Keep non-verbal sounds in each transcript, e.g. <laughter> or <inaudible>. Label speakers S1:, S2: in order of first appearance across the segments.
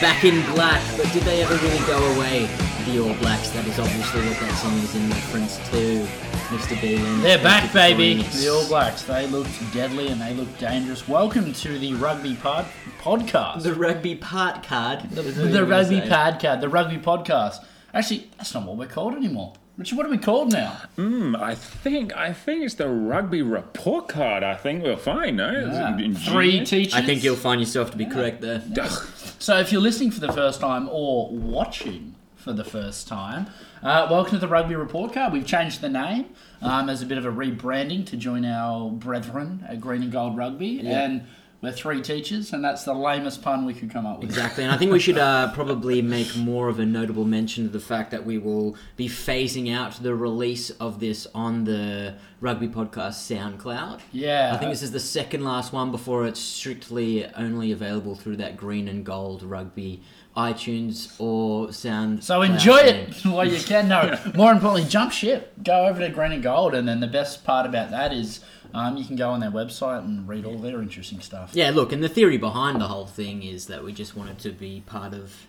S1: back in black, but did they ever really go away? The All Blacks, that is obviously what that song is in reference to. Mr. Bean.
S2: They're back, baby.
S1: Yes.
S2: The All Blacks. They looked deadly and they looked dangerous. Welcome to the Rugby Pod Podcast.
S1: The rugby part card. That was what we
S2: the
S1: were gonna
S2: Rugby
S1: say.
S2: Podcast. The Rugby Podcast. Actually, that's not what we're called anymore. Richard, what are we called now?
S3: Hmm, I think I think it's the rugby report card. I think we're fine. No, It's
S2: Yeah.
S3: ingenious.
S2: Ah, Three teachers.
S1: I think you'll find yourself to be correct there.
S3: Ugh.
S2: So, if you're listening for the first time or watching for the first time, uh, welcome to the Rugby Report Card. We've changed the name um, as a bit of a rebranding to join our brethren at Green and Gold Rugby. And we're three teachers, and that's the lamest pun we could come up with.
S1: Exactly, and I think we should uh, probably make more of a notable mention of the fact that we will be phasing out the release of this on the Rugby Podcast SoundCloud.
S2: Yeah.
S1: I think this is the second last one before it's strictly only available through that green and gold rugby iTunes or Sound.
S2: so enjoy it <laughs> while you can. No, more importantly, jump ship. Go over to Green and Gold, and then the best part about that is um, you can go on their website and read all their interesting stuff.
S1: Yeah, look, and the theory behind the whole thing is that we just wanted to be part of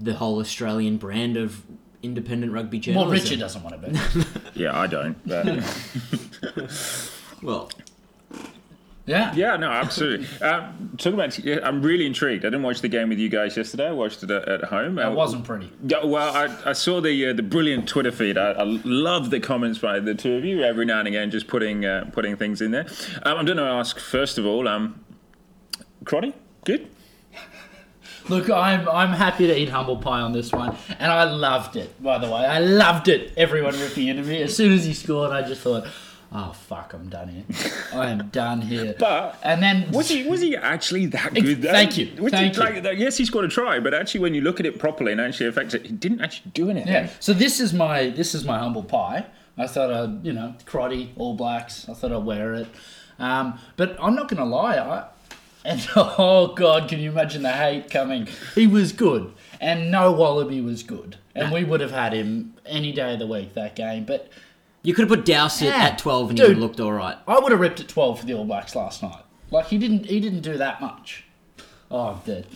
S1: the whole Australian brand of independent rugby journalism.
S2: Well, Richard doesn't want to be.
S3: Yeah, I don't. But <laughs>
S1: Well,
S2: Yeah.
S3: yeah, no, absolutely. Um, talk about. yeah, I'm really intrigued. I didn't watch the game with you guys yesterday. I watched it at, at home.
S2: It wasn't pretty.
S3: Yeah, well, I, I saw the uh, the brilliant Twitter feed. I, I love the comments by the two of you every now and again, just putting uh, putting things in there. Um, I'm going to ask first of all, um, Crotty, good.
S2: Look, I'm I'm happy to eat humble pie on this one, and I loved it. By the way, I loved it. Everyone ripping into me as soon as he scored. I just thought, oh fuck, I'm done here. I am done here.
S3: But-
S2: and then
S3: Was he was he actually that
S2: Ex-
S3: good? though?
S2: thank you,
S3: Was he-
S2: thank you.
S3: like, that- yes, he scored a try, but actually, when you look at it properly and actually affects it, he didn't actually do anything.
S2: Yeah. So this is my this is my humble pie. I thought I'd you know karate All Blacks. I thought I'd wear it. Um, but I'm not gonna lie. I and <laughs> oh god, can you imagine the hate coming? He was good, and no Wallaby was good, and we would have had him any day of the week that game. But
S1: you could have put Dowsett
S2: Yeah,
S1: at 12 and
S2: dude.
S1: you would have looked all right.
S2: I would have ripped at twelve for the All Blacks last night. Like he didn't he didn't do that much. Oh, I'm dead.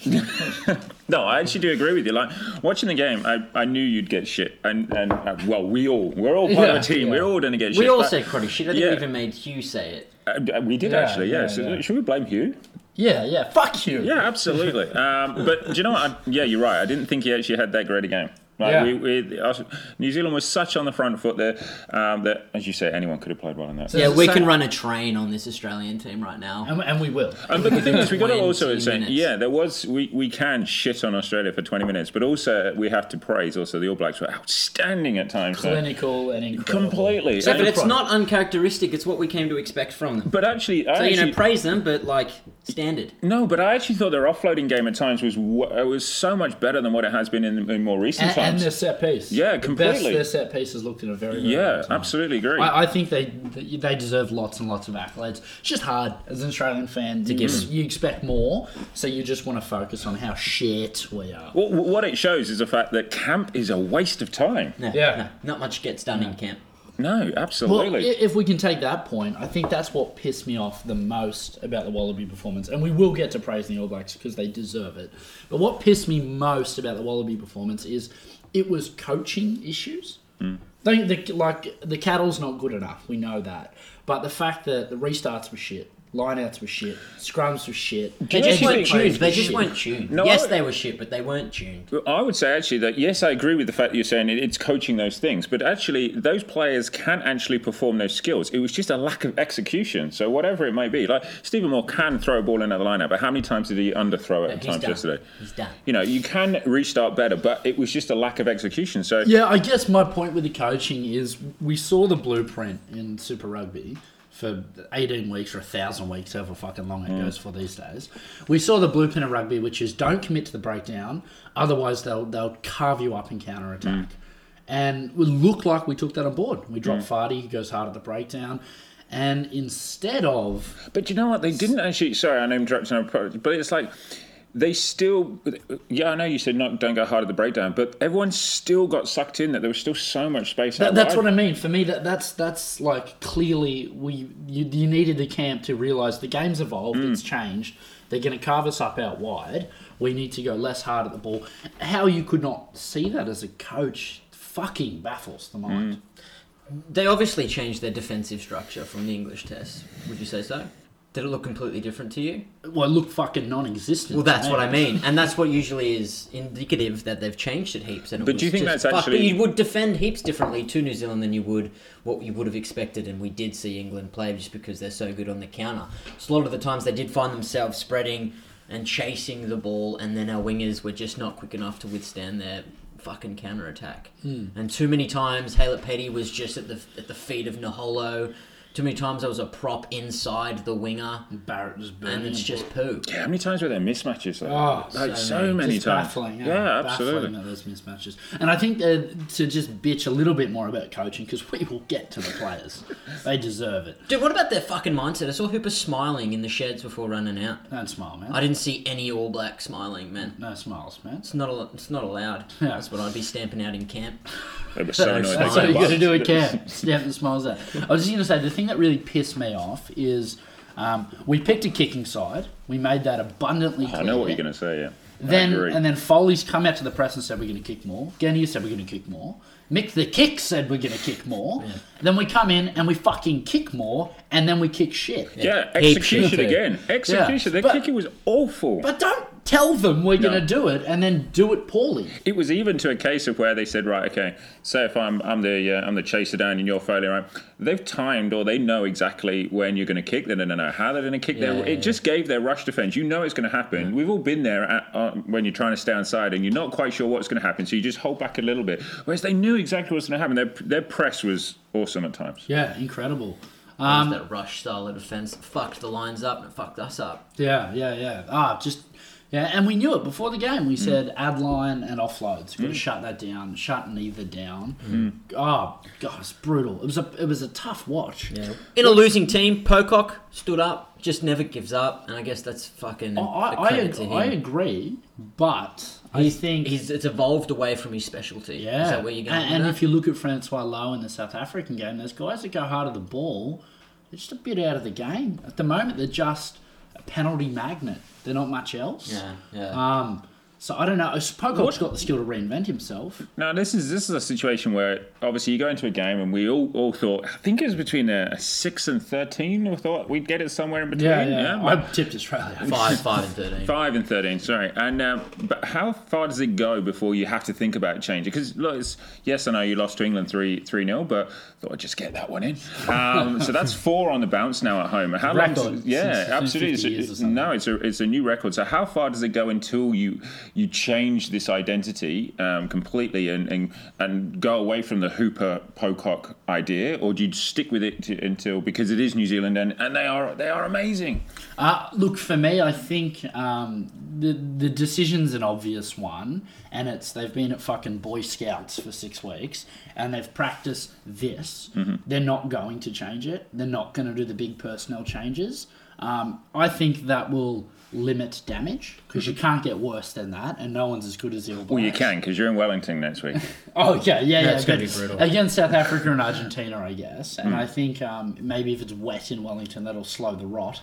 S3: No, I actually do agree with you. Like watching the game, I, I knew you'd get shit, and and uh, well, we all we're all part of
S2: Yeah,
S3: a team.
S2: yeah.
S3: We're all going to get shit.
S1: We all
S3: but-
S1: say cruddy shit. I think
S3: Yeah.
S1: we even made Hugh say it.
S3: Uh, we did
S2: Yeah,
S3: actually. Yeah.
S2: yeah,
S3: so
S2: yeah.
S3: Should we blame Hugh?
S2: Yeah, yeah. Fuck you.
S3: Yeah,
S2: <laughs>
S3: absolutely. um, but do you know what? I, yeah, you're right. I didn't think he actually had that great a game. Like,
S2: Yeah.
S3: we, we, us- New Zealand was such on the front foot there um, that, as you say, anyone could have played well in that.
S2: So-
S1: Yeah,
S2: Does it
S1: we
S2: say-
S1: can run a train on this Australian team right now.
S2: And, and we will.
S3: Um, but the thing is, we got to also
S1: 20
S3: say,
S1: minutes.
S3: yeah, there was we, we can shit on Australia for 20 minutes, but also we have to praise also the All Blacks were outstanding at times. though.
S2: Clinical and incredible.
S3: Completely.
S1: But
S3: And-
S1: it's not uncharacteristic. It's what we came to expect from them.
S3: but actually, I
S1: So you know,
S3: actually-
S1: praise them, but like standard.
S3: no. But I actually thought their offloading game at times was wa- it was so much better than what it has been in, in more recent
S2: And, and
S3: times.
S2: their set piece.
S3: Yeah, completely.
S2: The best their set piece has looked in a very, very long
S3: yeah,
S2: time.
S3: absolutely agree.
S2: I, I think they they deserve lots and lots of accolades. It's just hard as an Australian fan to give. You expect more, so you just want to focus on how shit we are.
S3: What, what it shows is the fact that camp is a waste of time.
S1: No,
S2: Yeah.
S1: no, not much gets done in camp.
S3: No,
S2: Well,
S3: absolutely.
S2: i- if we can take that point, I think that's what pissed me off the most about the Wallaby performance. And we will get to praising the All Blacks because they deserve it. But what pissed me most about the Wallaby performance is it was coaching issues. They, the, like the cattle's not good enough. We know that. But the fact that the restarts were shit, lineouts were shit, scrums were shit.
S1: They just
S3: you
S1: weren't
S3: think-
S1: tuned. They just
S2: shit.
S1: weren't tuned.
S3: No,
S1: yes,
S3: I-
S1: they were shit, but they weren't tuned.
S3: I would say actually that yes, I agree with the fact that you're saying it, it's coaching those things, but actually those players can actually perform those skills. It was just a lack of execution. So whatever it may be, like Stephen Moore can throw a ball in at the lineup, but how many times did he underthrow it at
S1: He's
S3: times
S1: done.
S3: yesterday?
S1: He's done.
S3: You know, you can restart better, but it was just a lack of execution. So
S2: Yeah, I guess my point with the coaching is we saw the blueprint in Super Rugby for 18 weeks or 1,000 weeks, however fucking long it goes for these days. We saw the blueprint of rugby, which is don't commit to the breakdown, otherwise they'll, they'll carve you up in counter attack. And we look like we took that on board. We drop Fardy, he goes hard at the breakdown. And instead of
S3: But you know what? They didn't actually. Sorry, I know I'm interrupting, but it's like they still, yeah, I know you said not, don't go hard at the breakdown, but everyone still got sucked in that there was still so much space.
S2: That,
S3: out
S2: that's
S3: wide.
S2: what I mean. For me, that that's that's like clearly we you, you needed the camp to realize the game's evolved,
S3: Mm.
S2: it's changed. They're going to carve us up out wide. We need to go less hard at the ball. How you could not see that as a coach fucking baffles the mind.
S1: They obviously changed their defensive structure from the English test. Would you say so? Did it look completely different to you?
S3: Mm.
S2: Well, it looked fucking non-existent.
S1: Well,
S2: to
S1: that's
S2: me.
S1: what I mean, and that's what usually is indicative that they've changed it heaps. And it
S3: But
S1: was
S3: do you think
S1: just
S3: that's
S1: fucked.
S3: actually-
S1: But you would defend heaps differently to New Zealand than you would what you would have expected, and we did see England play just because they're so good on the counter. So a lot of the times they did find themselves spreading and chasing the ball, and then our wingers were just not quick enough to withstand their fucking counter attack.
S3: Hmm.
S1: And too many times, Halet Petty was just at the at the feet of Naholo. Too many times I was a prop inside the winger,
S2: Barrett just burning.
S1: and it's
S2: him.
S1: just poo.
S3: How many times were there mismatches? Though?
S2: Oh,
S1: so
S3: like, so
S1: many.
S3: many
S2: just
S3: times.
S2: baffling. Yeah,
S3: yeah
S2: Baffling
S3: absolutely.
S2: that there's mismatches. And I think uh, to just bitch a little bit more about coaching because we will get to the players. they deserve it.
S1: Dude, what about their fucking mindset? I saw Hooper smiling in the sheds before running out.
S2: Don't smile, man.
S1: I didn't see any All Black smiling, man.
S2: No smiles, man.
S1: It's not. Al- it's not allowed.
S2: <laughs> Yeah.
S1: That's what I'd be stamping out in camp.
S3: They were so annoyed.
S1: That's
S2: That's
S3: They
S1: what
S2: what you
S3: got
S2: got to do
S3: buzzed.
S2: at camp. Stamp and smiles <laughs> out. I was just going to say the thing that really pissed me off is um, we picked a kicking side. We made that abundantly clear.
S3: I know what you're going to say. Yeah. I
S2: Then
S3: agree.
S2: and then Foley's come out to the press and said we're going to kick more. Genia said we're going to kick more. Mick the kick said we're going to kick more. Then we come in and we fucking kick more, and then we kick shit.
S3: yeah,
S1: Heaps
S3: execution
S1: shit.
S3: again. Execution. Their
S2: But-
S3: kicking was awful.
S2: But don't tell them we're
S3: No.
S2: going to do it and then do it poorly.
S3: it was even to a case of where they said, right, okay, say if I'm I'm the uh, I'm the chaser down and you're fairly right, they've timed or they know exactly when you're going to kick. They don't know how they're going to kick. their,
S1: Yeah,
S3: it
S1: yeah,
S3: just gave their rush defense. You know it's going to happen. We've all been there at, uh, when you're trying to stay inside and you're not quite sure what's going to happen, so you just hold back a little bit. Whereas they knew exactly what's going to happen. Their their press was awesome at times.
S2: Yeah, incredible.
S1: Um, that rush style of defense fucked the lines up and it fucked us up.
S2: Yeah, yeah, yeah. Ah, just yeah, and we knew it before the game.
S1: Mm.
S2: We said ad line and offloads. Got to shut that down. Shut neither down.
S1: Mm.
S2: Ah, God, it's brutal. It was a it was a tough watch.
S1: Yeah. In a losing team, Pocock stood up, just never gives up, and I guess that's fucking.
S2: I Oh, I,
S1: a
S2: I,
S1: credit to
S2: ag- I
S1: him.
S2: agree, but I think
S1: He's it's evolved away from his specialty.
S2: yeah.
S1: Is that where you're going?
S2: and, and if you look at Francois Lowe in the South African game, those guys that go hard at the ball, they're just a bit out of the game at the moment. They're just a penalty magnet. They're not much else.
S1: yeah, yeah.
S2: Um. <laughs> So I don't know. Pocock's got the skill to reinvent himself.
S3: Now this is this is a situation where obviously you go into a game and we all, all thought I think it was between a, a six and thirteen. We thought we'd get it somewhere in between.
S2: I tipped
S3: <laughs>
S2: Australia.
S1: five, five, and thirteen.
S3: Five and thirteen, sorry. And um, but how far does it go before you have to think about changing? Because look, it's, yes, I know you lost to England three three 0 but thought I'd just get that one in. Um, so that's four on the bounce now at home. How long?
S2: Record
S3: yeah,
S2: since- since
S3: absolutely.
S2: 50 years or
S3: It's a-
S2: something.
S3: no, it's a it's a new record. So how far does it go until you you change this identity um, completely and, and and go away from the Hooper Pocock idea, or do you stick with it to, until because it is New Zealand and, and they are they are amazing.
S2: Uh, look, for me, I think um, the the decision's an obvious one, and it's they've been at fucking Boy Scouts for six weeks, and they've practiced this.
S3: Mm-hmm.
S2: They're not going to change it. They're not going to do the big personnel changes. Um, I think that will limit damage because you can't get worse than that, and no one's as good as the All
S3: Mm-hmm. Well, you
S2: Blacks.
S3: can because you're in Wellington next week.
S2: Oh yeah, yeah, yeah.
S1: it's gonna
S2: but
S1: be brutal. Hmm.
S2: Against South Africa and Argentina, I guess, and I think um, maybe if it's wet in Wellington, that'll slow the rot.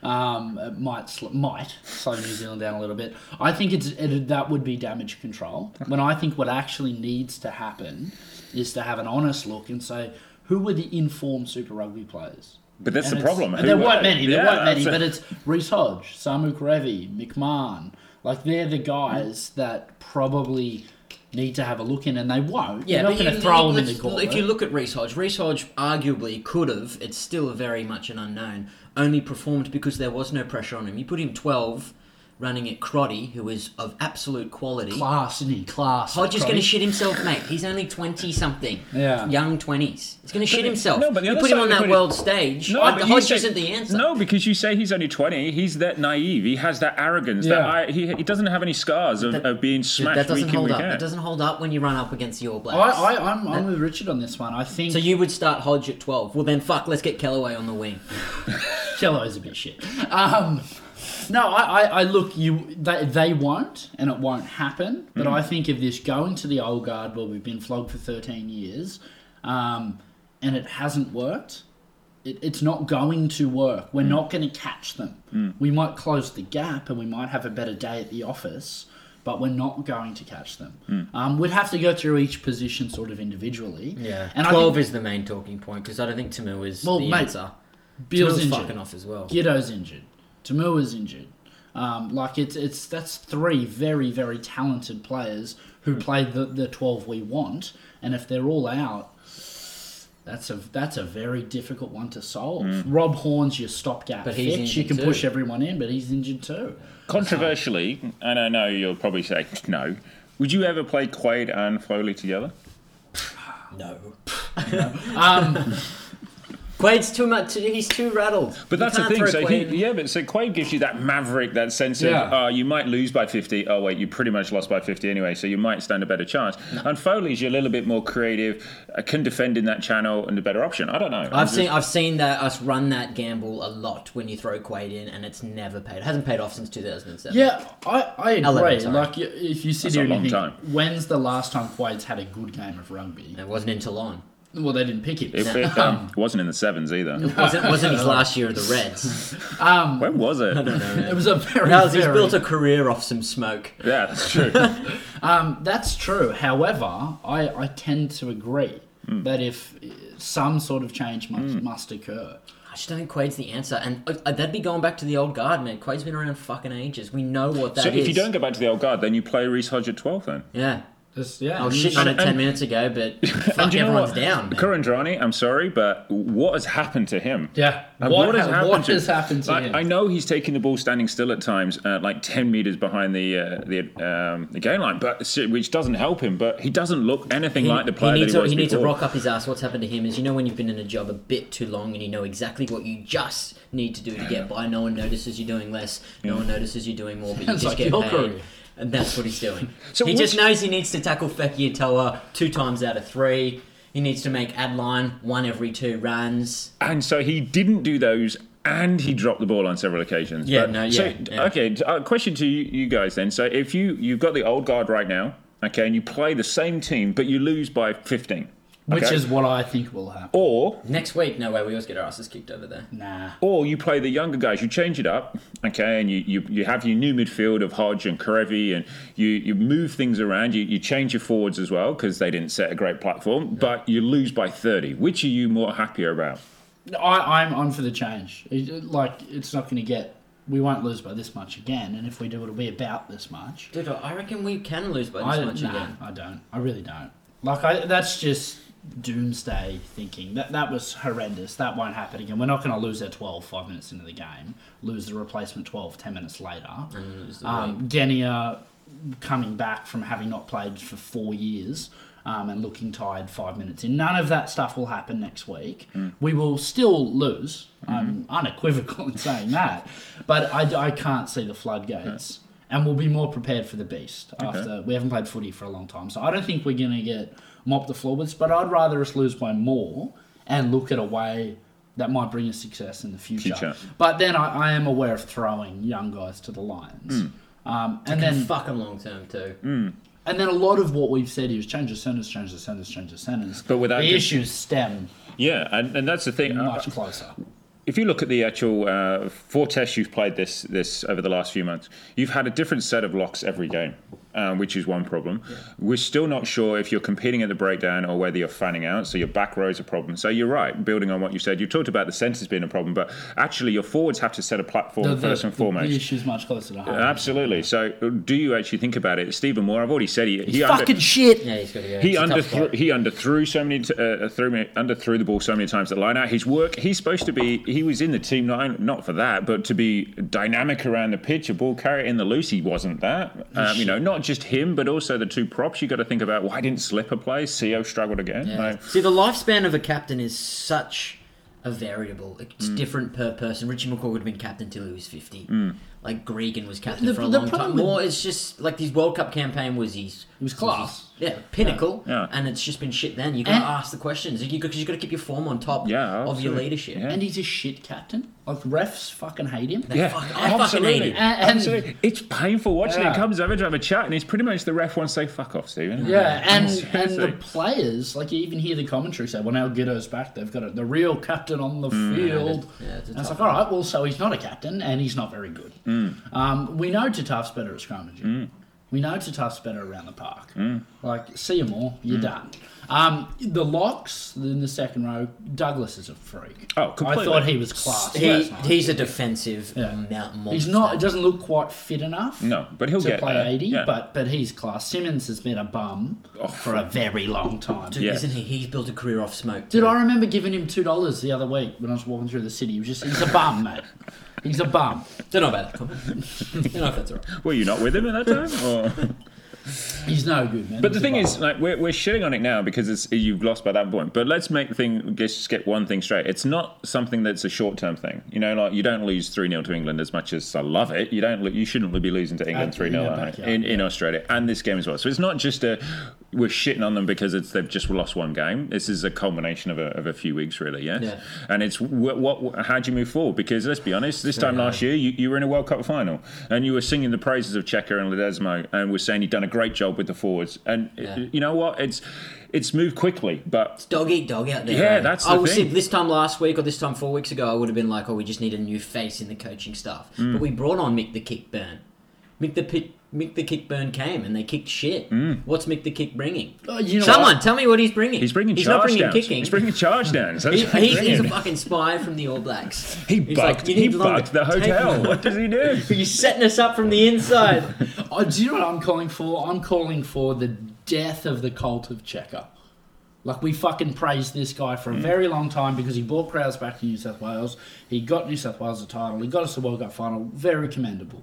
S2: Um, it might sl- might slow New Zealand down a little bit. I think it's it, that would be damage control. When I think what actually needs to happen is to have an honest look and say who were the informed Super Rugby players.
S3: But that's
S2: And
S3: the
S2: it's-
S3: problem.
S2: and
S3: Who
S2: There
S3: were
S2: weren't
S3: they?
S2: many. There
S3: Yeah,
S2: weren't many.
S3: that's
S2: But
S3: it.
S2: it's Reese Hodge, Samu Karevi, McMahon. Like they're the guys that probably need to have a look in, and they won't.
S1: Yeah,
S2: You're not
S1: but
S2: going to
S1: you-
S2: throw them in
S1: let's-
S2: the gauntlet.
S1: If you look at Reese Hodge, Reese Hodge arguably could have, it's still very much an unknown, only performed because there was no pressure on him. You put him 12 running at Crotty, who is of absolute quality.
S2: class, isn't he? Class.
S1: Hodge is
S2: Crosby.
S1: going to shit himself, mate. He's only 20 something.
S2: Yeah.
S1: Young 20s. He's going to shit himself.
S3: no, but the
S1: you
S3: other
S1: put him on
S3: side of the
S1: that
S3: coin-
S1: world stage. No,
S3: but you
S1: Hodge
S3: say-
S1: isn't the answer.
S3: No, because you say he's only 20. He's that naive. He has that arrogance. That
S2: Yeah.
S3: I, he, he doesn't have any scars of, of being smashed
S1: that doesn't
S3: week in,
S1: hold
S3: week
S1: up. That
S3: out.
S1: doesn't hold up when you run up against the All Blacks.
S2: I, I, I'm, I'm with Richard on this one. I think.
S1: so you would start Hodge at 12. Well, then fuck, let's get Kellaway on the wing.
S2: Jello's a bit shit. Um, no, I, I, I look you. They, they won't, and it won't happen. But
S1: Hmm.
S2: I think of this going to the old guard where we've been flogged for thirteen years, um, and it hasn't worked. It, it's not going to work.
S1: Hmm.
S2: We're not going to catch them. We might close the gap, and we might have a better day at the office. But we're not going to catch them.
S1: Hmm.
S2: Um, we'd have to go through each position sort of individually.
S1: Yeah,
S2: and I
S1: twelve
S2: think
S1: is the main talking point because I don't think Tamu is
S2: Well,
S1: the
S2: mate,
S1: answer.
S2: Bill's
S1: Tamu's
S2: injured.
S1: fucking off as well.
S2: Guido's injured. Tamua's injured. Um, like it's it's that's three very very talented players who
S1: Hmm.
S2: play the, the twelve we want, and if they're all out, that's a that's a very difficult one to solve. Rob Horn's your stopgap
S1: Hmm. But he's
S2: fix. You can
S1: injured
S2: push
S1: too.
S2: everyone in, but he's injured too.
S3: Controversially, and I know you'll probably say no. Would you ever play Quaid and Foley together?
S1: No,
S2: Um,
S1: Quaid's too much. He's too rattled.
S3: But
S1: You
S3: that's the
S1: can't
S3: thing.
S1: throw
S3: So he,
S1: Quaid.
S3: yeah, but so Quaid gives you that maverick, that sense of,
S2: Yeah.
S3: oh, you might lose by 50. Oh, wait, you pretty much lost by 50 anyway, so you might stand a better chance. And Foley's you're a little bit more creative, uh, can defend in that channel, and a better option. I don't know.
S1: I've seen I've seen that us run that gamble a lot when you throw Quaid in, and it's never paid. It hasn't paid off since 2007.
S2: yeah, I, I agree.
S1: Eleven, sorry.
S2: Like you- if you sit
S3: That's
S2: here
S3: a
S2: and you
S3: long
S2: think,
S3: time.
S2: when's the last time Quaid's had a good game of rugby?
S1: it wasn't in Toulon.
S2: Well, they didn't pick him.
S3: It, it,
S1: <laughs>
S3: um, wasn't in the sevens either.
S1: wasn't wasn't his last year at the Reds.
S3: <laughs> When
S1: <laughs>
S3: was it?
S2: It was a very,
S1: How's he's
S2: very
S1: built a career off some smoke.
S3: Yeah,
S1: <laughs>
S3: that's true.
S2: Um, that's true. However, I, I tend to agree
S3: Hmm.
S2: that if uh, some sort of change must, must occur,
S1: I just don't think Quaid's the answer, and uh, uh, that'd be going back to the old guard, man. Quaid's been around fucking ages. We know what that is.
S3: so if you don't go back to the old guard, then you play Reese Hodge at 12 then.
S1: yeah.
S2: just, yeah,
S1: I
S3: Oh,
S1: was
S2: you
S1: shitting on
S2: should-
S1: it ten minutes ago, but fuck,
S3: Do you know
S1: everyone's
S3: what?
S1: down. man.
S3: Kurandrani, I'm sorry, but what has happened to him?
S2: yeah.
S3: And
S2: what,
S3: has
S2: ha-
S3: happened
S2: what
S3: to,
S2: has happened to
S3: Like,
S2: him?
S3: I know he's taking the ball standing still at times, uh, like ten meters behind the uh, the um, the game line, but which doesn't help him. But he doesn't look anything like the player
S1: needs,
S3: that he
S1: a,
S3: was
S1: he needs a
S3: before.
S1: rock up his ass. What's happened to him is, you know, when you've been in a job a bit too long and you know exactly what you just need to do to get by. No one notices you're doing less. No one notices you're doing more, but you
S2: Sounds
S1: just
S2: like
S1: get
S2: your
S1: paid.
S2: career.
S1: And that's what he's doing.
S3: So
S1: he just
S3: which-
S1: knows he needs to tackle Fekir Toa two times out of three. He needs to make Adline one every two runs.
S3: and so he didn't do those. And he dropped the ball on several occasions.
S1: Yeah,
S3: But-
S1: no,
S3: so,
S1: Uh, yeah, yeah.
S3: Okay, t- uh, question to you, you guys then. So, if you you've got the old guard right now, okay, and you play the same team, but you lose by fifteen,
S2: Which
S3: okay?
S2: is what I think will happen.
S3: or
S1: Next week, no way, we always get our asses kicked over there.
S2: Nah.
S3: Or you play the younger guys, you change it up, okay, and you, you, you have your new midfield of Hodge and Karevi, and you, you move things around, you, you change your forwards as well, because they didn't set a great platform, but you lose by 30. Which are you more happier about?
S2: I, I'm on for the change. It- Like, it's not going to get. We won't lose by this much again, and if we do, it'll be about this much.
S1: Dude, I reckon we can lose by this
S2: I,
S1: much
S2: nah,
S1: again.
S2: I don't. I really don't. Like, I, that's just doomsday thinking. That that was horrendous. That won't happen again. We're not going to lose our 12 five minutes into the game, lose the replacement 12 10 minutes later.
S1: Lose the league.
S2: Um, Genia coming back from having not played for four years um, and looking tired five minutes in. None of that stuff will happen next week. We will still lose. I'm unequivocal in saying that. But I, I can't see the floodgates. And we'll be more prepared for the beast after we haven't played footy for a long time. So I don't think we're going to get mopped the floor with, but I'd rather us lose by more and look at a way that might bring us success in the future.
S3: Future.
S2: But then I, I am aware of throwing young guys to the Lions. Um, and
S1: And
S2: then
S1: fucking long term, too.
S2: and then a lot of what we've said is change the centers, change the centers, change the centers.
S3: But without
S2: the
S3: the-
S2: issues stem
S3: Yeah, and, and that's the thing.
S2: much closer.
S3: if you look at the actual uh, four tests you've played this this over the last few months, you've had a different set of locks every game, um, which is one problem. We're still not sure if you're competing at the breakdown or whether you're fanning out, so your back row is a problem. So you're right, building on what you said. You talked about the centres being a problem, but actually your forwards have to set a platform
S2: The,
S3: first
S2: the,
S3: and foremost.
S2: the issues much closer to home.
S3: Absolutely. So uh, do you actually think about it, Stephen Moore? I've already said he he under-
S2: Fucking shit.
S1: Yeah, he's got to go.
S3: he
S1: It's a tough
S3: under
S1: spot.
S3: he underthrew so many t- uh, threw me underthrew the ball so many times at line out. His work he's supposed to be he was in the team not not for that, but to be dynamic around the pitch, a ball carrier in the loose. He wasn't that. Um, you know, not just him, but also the two props. You got to think about why didn't Slipper play? Co struggled again. Like,
S1: See, the lifespan of a captain is
S3: Mm.
S1: such a variable. It's different per person. Richie McCaw would have been captain till he was 50. like Gregan was captain
S2: The-
S1: for a
S2: the
S1: long
S2: problem
S1: time.
S2: with-
S1: Or it's just like his World Cup campaign was his
S2: It was class.
S1: yeah, pinnacle,
S3: Yeah.
S1: and it's just been shit. Then you got to
S2: And-
S1: ask the questions. You because you got to keep your form on top
S3: Yeah,
S1: of your
S3: absolutely.
S1: leadership.
S3: Yeah.
S2: And he's a shit captain. Like refs fucking hate him.
S1: They fuck- I fucking hate
S3: absolutely.
S1: it.
S2: And- and-
S3: absolutely. It's painful watching
S2: Yeah.
S3: it. comes over to have a chat, and it's pretty much the ref wants to say, fuck off, Stephen.
S2: Yeah, and
S3: <laughs>
S2: and
S3: Seriously.
S2: the players, like you even hear the commentary say, "Well, now Guido's back. They've got it. The real captain on the
S3: Mm.
S2: field."
S1: Yeah, it's a
S2: and it's
S1: tough
S2: like, all right, well, so he's not a captain, and he's not very good.
S3: Mm.
S2: Um, we know Tataf's better at scrummaging. We know Tataf's better around the park.
S3: Mm.
S2: Like, see him all, you're done. Um, the locks in the second row, Douglas is a freak.
S3: Oh, completely.
S2: I thought he was class.
S1: He,
S2: last night.
S1: he's a defensive
S2: Yeah.
S1: mountain monster.
S2: He's not. It doesn't look quite fit enough.
S3: No, but he'll
S2: to
S3: get
S2: play
S3: there.
S2: eighty.
S3: Yeah. Oh,
S2: But but he's class. Simmons has been a bum for a very long time.
S1: Dude,
S3: Yeah.
S1: isn't he? He's built a career off smoke.
S2: Dude,
S1: too.
S2: I remember giving him two dollars the other week when I was walking through the city. He was just he's a bum, mate. He's a bum.
S1: Don't know about that <laughs> comment. Don't know if that's right.
S3: Were you not with him at that time? Or?
S2: He's no good, man.
S3: But the thing is, like, we're, we're shitting on it now because it's you've lost by that point. But let's make the thing let's just get one thing straight. It's not something that's a short term thing. You know, like you don't lose three 0 to England as much as I love it. You don't. lo- You shouldn't be losing to England
S2: At- in
S3: three 0
S2: our
S3: at home
S2: backyard,
S3: in, in Australia and this game as well. So it's not just a we're shitting on them because it's they've just lost one game. This is a culmination of a, of a few weeks, really. Yes.
S1: Yeah.
S3: And it's what, what how do you move forward? Because let's be honest, this time last year you, you were in a World Cup final and you were singing the praises of Checker and Ledesma and were saying you'd done a great job with the forwards. And
S1: Yeah.
S3: you know what? It's it's moved quickly, but
S1: Dog eat dog out there.
S3: Yeah,
S1: eh?
S3: that's
S1: I
S3: the
S1: was
S3: thing.
S1: if this time last week or this time four weeks ago, I would have been like, "Oh, we just need a new face in the coaching staff."
S3: Mm.
S1: But we brought on Mick the Kickburn. Mick the Pit, Mick the Kickburn came and they kicked shit.
S3: Mm.
S1: What's Mick the Kick bringing?
S2: Oh, you know
S1: Someone
S2: what?
S1: tell me Uh, what he's bringing.
S3: he's bringing
S1: He's
S3: charge
S1: not bringing
S3: downs.
S1: kicking.
S3: He's bringing charge downs. That's
S1: He-
S3: what he's
S1: he's, he's a
S3: bringing.
S1: fucking spy from the All Blacks.
S3: he
S1: He's
S3: bugged.
S1: like, "You
S3: he
S1: need longer-
S3: bugged the
S1: take <laughs>
S3: hotel.
S1: longer."
S3: What does he do?
S1: You're setting us up from the inside.
S2: I do you know what I'm calling for? I'm calling for the death of the cult of Checker. Like we fucking praised this guy for a
S3: Hmm.
S2: very long time because he brought crowds back to New South Wales. He got New South Wales a title. He got us a World Cup final. Very commendable.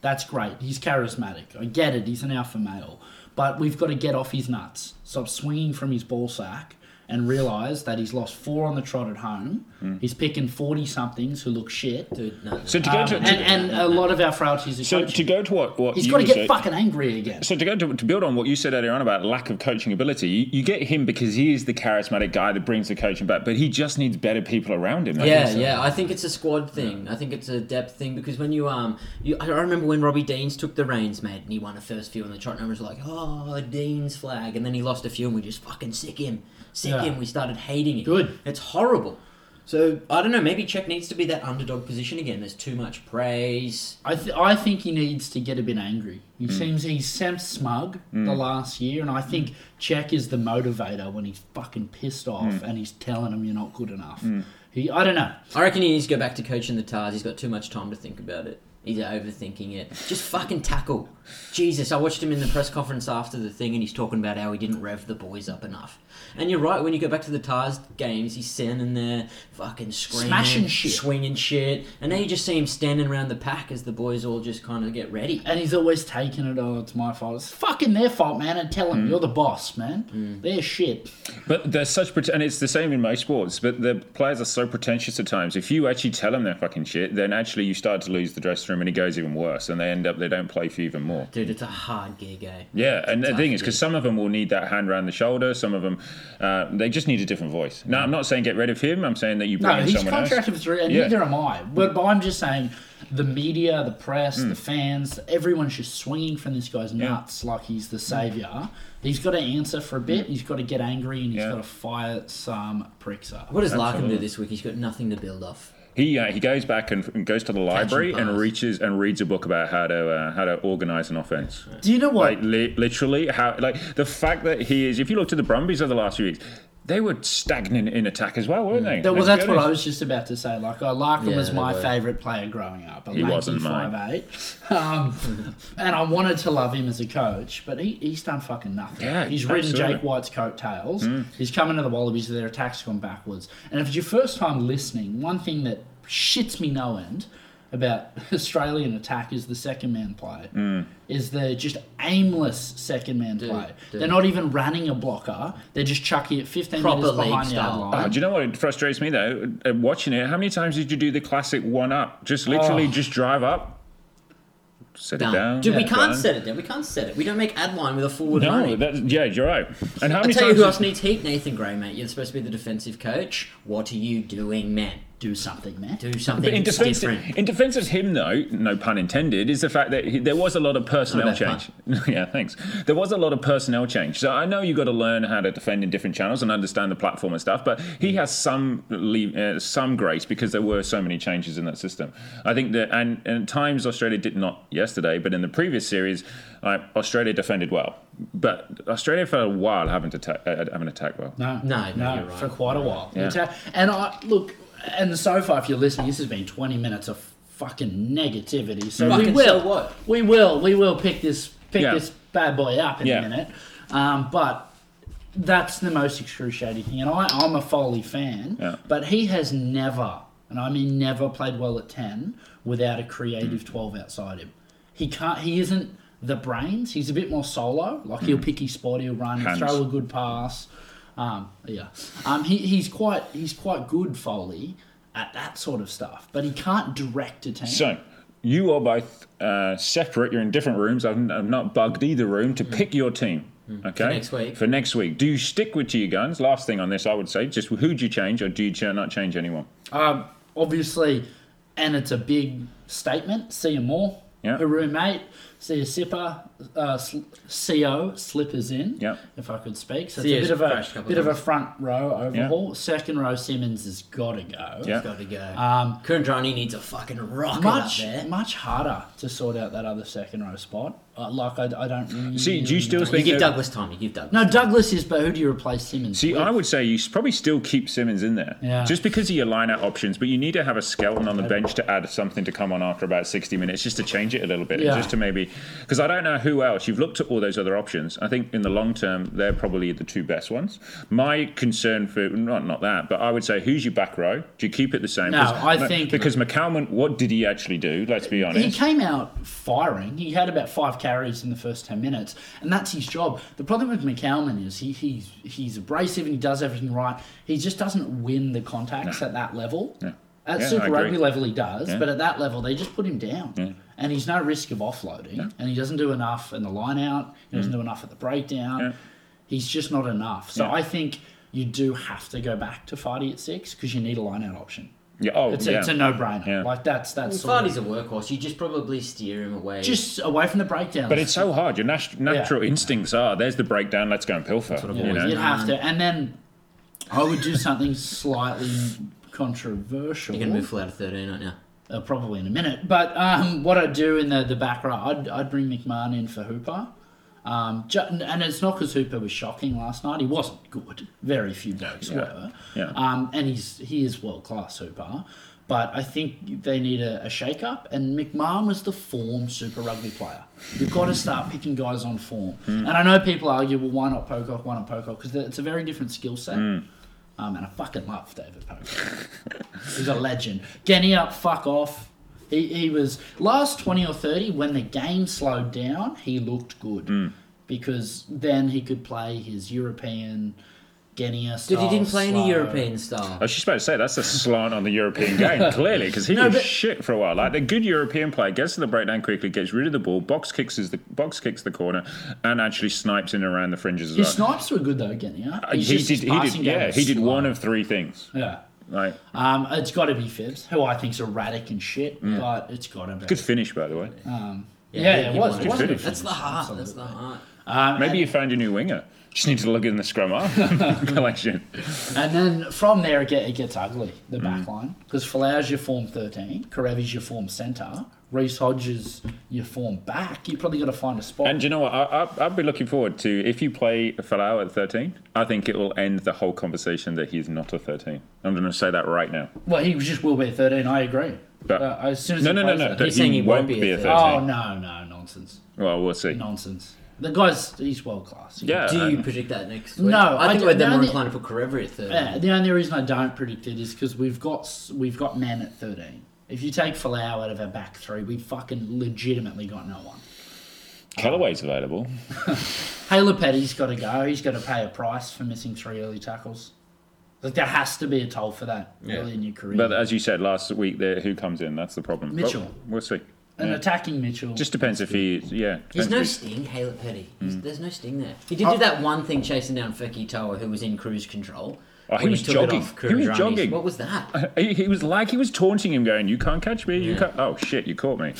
S2: That's great. He's charismatic. I get it. He's an alpha male. But we've got to get off his nuts. Stop swinging from his ball sack and realise that he's lost four on the trot at home.
S3: Hmm.
S2: He's picking 40 somethings who look shit.
S1: Dude, no.
S3: So to go
S2: Um,
S3: to,
S2: and,
S3: to-
S2: and a lot of our frailties are
S3: so
S2: coaching.
S3: to go to what what
S2: He's
S3: you
S2: got to
S3: were
S2: get
S3: saying-
S2: fucking angry again.
S3: So to go to, to build on what you said earlier on about lack of coaching ability, you, you get him because he is the charismatic guy that brings the coaching back, but he just needs better people around him. I
S1: Yeah,
S3: think so.
S1: yeah. I think it's a squad thing. I think it's a depth thing because when you um, you, I remember when Robbie Deans took the reins, mate, and he won the first few, and the chart numbers were like, oh, Dean's flag, and then he lost a few, and we just fucking sick him, sick
S2: Yeah.
S1: him. We started hating it.
S2: Good.
S1: It's horrible. So I don't know. Maybe Czech needs to be that underdog position again. There's too much praise.
S2: I, th- I think he needs to get a bit angry.
S3: Hmm.
S2: He seems he's seemed smug the last year, and I think Czech is the motivator when he's fucking pissed off
S3: Hmm.
S2: and he's telling him you're not good enough. He, I don't know.
S1: I reckon he needs to go back to coaching the Tars. He's got too much time to think about it. He's overthinking it. Just fucking tackle. Jesus, I watched him in the press conference after the thing and he's talking about how he didn't rev the boys up enough. And you're right, when you go back to the Tars games, he's standing there fucking screaming,
S2: Smashing shit.
S1: swinging shit. And now you just see him standing around the pack as the boys all just kind of get ready.
S2: And he's always taking it. Oh, it's my fault. It's fucking their fault, man. And tell
S3: Hmm.
S2: him you're the boss, man. They're shit.
S3: But there's such pret- and it's the same in most sports. But the players are so pretentious at times. If you actually tell them they're fucking shit, then actually you start to lose the dressing room, and it goes even worse, and they end up they don't play for you even more.
S1: Dude, it's a hard gig, eh?
S3: Yeah, and the
S1: Tough
S3: thing is,
S1: gig.
S3: because some of them will need that hand around the shoulder. Some of them, uh, they just need a different voice. Now, I'm not saying get rid of him. I'm saying that you bring
S2: No,
S3: in
S2: he's
S3: someone else.
S2: contracted for three, and
S3: Yeah.
S2: neither am I. But, but I'm just saying, the media, the press,
S3: Hmm.
S2: the fans, everyone's just swinging from this guy's nuts like he's the savior. He's got to answer for a bit. He's got to get angry, and he's
S3: Hmm. Yeah.
S2: got to fire some pricks up.
S1: What does Larkin do
S3: Absolutely.
S1: this week? He's got nothing to build off.
S3: He uh, he goes back and, and goes to the library
S1: Catching
S3: and
S1: bars.
S3: reaches and reads a book about how to uh, how to organize an offense.
S2: Do you know what?
S3: Like li- literally, how like the fact that he is. If you look to the Brumbies of the last few weeks, they were stagnant in attack as well, weren't they?
S2: That- well,
S3: Let's
S2: that's
S3: be
S2: what I
S3: honest.
S2: was just about to say. Like, I Larkin
S1: Yeah,
S2: was
S1: they
S2: my
S1: were.
S2: favourite player growing up.
S3: He wasn't mine.
S2: eight, <laughs> um, and I wanted to love him as a coach, but he, he's done fucking nothing.
S3: Yeah,
S2: he's ridden
S3: absolutely. Hmm.
S2: Jake White's coattails. He's come into the Wallabies. Their attack's gone backwards. And if it's your first time listening, one thing that shits me no end about <laughs> Australian attack is the second man play.
S3: Hmm.
S2: Is the just aimless second man play.
S1: dude.
S2: They're not even running a blocker. They're just chucking it 15 metres
S1: Proper league
S2: behind the
S1: style.
S2: other line.
S3: Oh, do you know what frustrates me though? Uh, Watching it, how many times did you do the classic one up? Just literally,
S2: Oh.
S3: just drive up. set
S1: Done.
S3: it down.
S1: Dude, we
S2: Yeah,
S1: can't
S3: done.
S1: set it down. We can't set it. We don't make ad line with a forward
S3: No,
S1: running.
S3: that's, yeah, you're right. And how
S1: I
S3: many
S1: tell you
S3: times?
S1: who
S3: has-
S1: else needs heat, Nathan Gray, mate. You're supposed to be the defensive coach. What are you doing, man?
S2: Do something, man.
S1: Do something
S3: But in defense,
S1: different.
S3: in defense of him, though, no pun intended, is the fact that he, there was a lot of personnel
S1: Not a bad
S3: change. <laughs> yeah, thanks. There was a lot of personnel change. So I know you got to learn how to defend in different channels and understand the platform and stuff. But he has some le- uh, some grace because there were so many changes in that system. I think that and, and at times Australia did not yesterday, but in the previous series, uh, Australia defended well. But Australia for a while haven't attacked uh, haven't attacked well.
S2: No,
S1: No, no, you're right.
S2: for quite a while.
S3: Yeah.
S2: It's a- And I look, and so far, if you're listening, this has been 20 minutes of fucking negativity. So we
S1: Fucking
S2: will,
S1: so what?
S2: we will, we will pick this pick
S3: Yeah.
S2: this bad boy up in
S3: Yeah.
S2: a minute. Um, but that's the most excruciating thing. And I, I'm a Foley fan,
S3: Yeah.
S2: but he has never, and I mean never, played well at 10 without a creative 12 outside him. He can't. He isn't the brains. He's a bit more solo. Like he'll pick his spot, he'll run, he'll
S3: Hands.
S2: throw a good pass. Um, yeah, um, he, he's quite he's quite good Foley at that sort of stuff, but he can't direct a team.
S3: So, you are both uh, separate. You're in different rooms. I've, I've not bugged either room to pick your team. Okay. For
S1: next week.
S3: For next week. Do you stick with your guns? Last thing on this, I would say, just who do you change or do you ch- not change anyone?
S2: Um, obviously, and it's a big statement. See you more.
S3: Yeah.
S2: A roommate. See a sipper. Uh, sl- CO slippers in.
S3: Yeah.
S2: If I could speak. So
S1: CO's
S2: it's a bit of
S1: crashed a
S2: a,
S1: couple
S2: bit of a
S1: times.
S2: front row overhaul. Second row Simmons has got to go.
S3: Yeah.
S1: Got to go.
S2: Um,
S1: Kurandrani needs a fucking rocket
S2: Much
S1: up there.
S2: much harder to sort out that other second row spot. Uh, like I, I don't. Really
S3: See, do you still
S1: You
S3: think?
S1: give
S3: that-
S1: Douglas time. You give Douglas.
S2: No, Douglas is. But who do you replace Simmons?
S3: See,
S2: with?
S3: I would say you s- probably still keep Simmons in there,
S2: Yeah.
S3: just because of your line-out options. But you need to have a skeleton on the bench to add something to come on after about sixty minutes, just to change it a little bit,
S2: Yeah.
S3: just to maybe because I don't know who else. You've looked at all those other options. I think in the long term, they're probably the two best ones. My concern for not not that, but I would say who's your back row? Do you keep it the same?
S2: No,
S3: 'Cause
S2: I
S3: Ma-
S2: think-
S3: because McCalman, what did he actually do? Let's be
S2: He
S3: honest.
S2: came out firing. He had about five carries in the first ten minutes, and that's his job. The problem with McCalman is he, he's he's abrasive and he does everything right. He just doesn't win the contacts at that level. At
S3: Yeah, I
S2: Super
S3: agree.
S2: Rugby level, he does,
S3: Yeah.
S2: but at that level, they just put him down, and he's no risk of offloading. And he doesn't do enough in the line out. He doesn't do enough at the breakdown.
S3: Mm. Yeah.
S2: He's just not enough. So
S3: Yeah.
S2: I think you do have to go back to Fardy at six because you need a line out option.
S3: Yeah, oh,
S2: It's,
S3: yeah.
S2: a, it's a no brainer.
S3: Yeah.
S2: Like that's that's sort of-
S1: Fardy's a workhorse. You just probably steer him away.
S2: just away from the breakdown.
S3: but it's so hard. Your nat- natural instincts are there's the breakdown. Let's go and pilfer.
S1: what I've
S3: you
S1: always
S3: know?
S2: you'd have to, and then I would do something slightly controversial.
S1: You're gonna move full out of thirteen, aren't you?
S2: uh, probably in a minute. But um, what I'd do in the the back row, I'd I'd bring McMahon in for Hooper. Um, ju- and it's not because Hooper was shocking last night. He wasn't good. Very few blokes were.
S3: Yeah.
S2: Um, and he's he is world class Hooper. But I think they need a, a shake up. And McMahon was the form Super Rugby player. You've got to start picking guys on form.
S3: Hmm.
S2: And I know people argue, well, why not Pocock? Why not Pocock? Because it's a very different skill set.
S3: Hmm.
S2: Um, and I fucking love David Pocock. He's a legend. Genny up, fuck off. He, he was last 20 or 30 when the game slowed down, he looked good
S3: Hmm.
S2: because then he could play his European Genia
S1: Dude,
S2: style.
S1: he didn't play any
S2: slow-
S1: European
S3: I
S1: style.
S3: was just about to say that's a slant on the
S1: <laughs>
S3: European game, clearly, because he
S2: No,
S3: was
S2: but-
S3: shit for a while. Like the good European player gets to the breakdown quickly, gets rid of the ball, box kicks is the box kicks the corner, and actually snipes in around the fringes as well.
S2: His snipes were good though, Genia.
S3: Uh, he did, he did, yeah, he did one of three things.
S2: Yeah.
S3: Like
S2: Um, it's got to be Fibs, who I think's erratic and shit, but it's got to be.
S3: Hmm. good finish, by the way.
S2: yeah,
S1: he-
S2: it
S1: he wanted
S2: was. It was a
S3: finish.
S1: That's the heart. That's
S2: Absolutely.
S1: the heart. Uh,
S2: Um,
S3: Maybe you found your new winger. Just need to look in the scrum up
S1: <laughs>
S3: collection.
S2: And then from there, it, get, it gets ugly, the
S3: Mm.
S2: back line. Because Folau's your form 13, Karevi's your form centre, Reese Hodges your form back. you probably got to find a spot.
S3: And do you know what? I, I, I'd be looking forward to if you play Falau at 13. I think it will end the whole conversation that he's not a 13. I'm going to say that right now.
S2: well, he just will be a 13, I agree.
S3: But-
S2: Uh, as soon as
S3: No,
S2: he
S3: no, no,
S2: plays
S3: no.
S2: it-
S3: that
S1: He's saying he won't be a
S3: 13.
S2: Oh, no, no, nonsense.
S3: Well, we'll see.
S2: Nonsense. The guy's, he's world class.
S3: Yeah.
S1: Do
S3: I-
S1: you predict that next week?
S2: No,
S1: I
S2: I
S1: think
S2: don't-
S1: we're then
S2: no,
S1: more
S2: the-
S1: inclined to put Karevi at thirteen.
S2: Yeah, the only reason I don't predict it is because we've got s- we've got men at thirteen. If you take Falau out of our back three, we fucking legitimately got no one.
S3: Callaway's available.
S2: Taylor Petty's got to go. He's got to pay a price for missing three early tackles. Like there has to be a toll for that
S1: Yeah.
S3: uh,
S2: early in your career.
S3: But as you said last week, there, who comes in? That's the problem. But
S2: Mitchell. Uh,
S3: we'll see.
S2: an attacking Mitchell.
S3: Just depends if he, yeah.
S1: There's
S3: depends
S1: no
S3: if he's-
S1: sting, Haley Petty.
S3: Mm.
S1: There's, there's no sting there. He
S3: Oh.
S1: did do that one thing chasing down Feki Toa, who was in cruise control.
S3: Oh, he
S1: When
S3: was
S1: took it
S3: jogging.
S1: off
S3: He was
S1: Kurizani's.
S3: jogging.
S1: What was
S3: <laughs>
S1: that?
S3: He, he was like he was taunting him, going, "You can't catch me. You
S1: Yeah.
S3: can't." Oh shit! You caught me.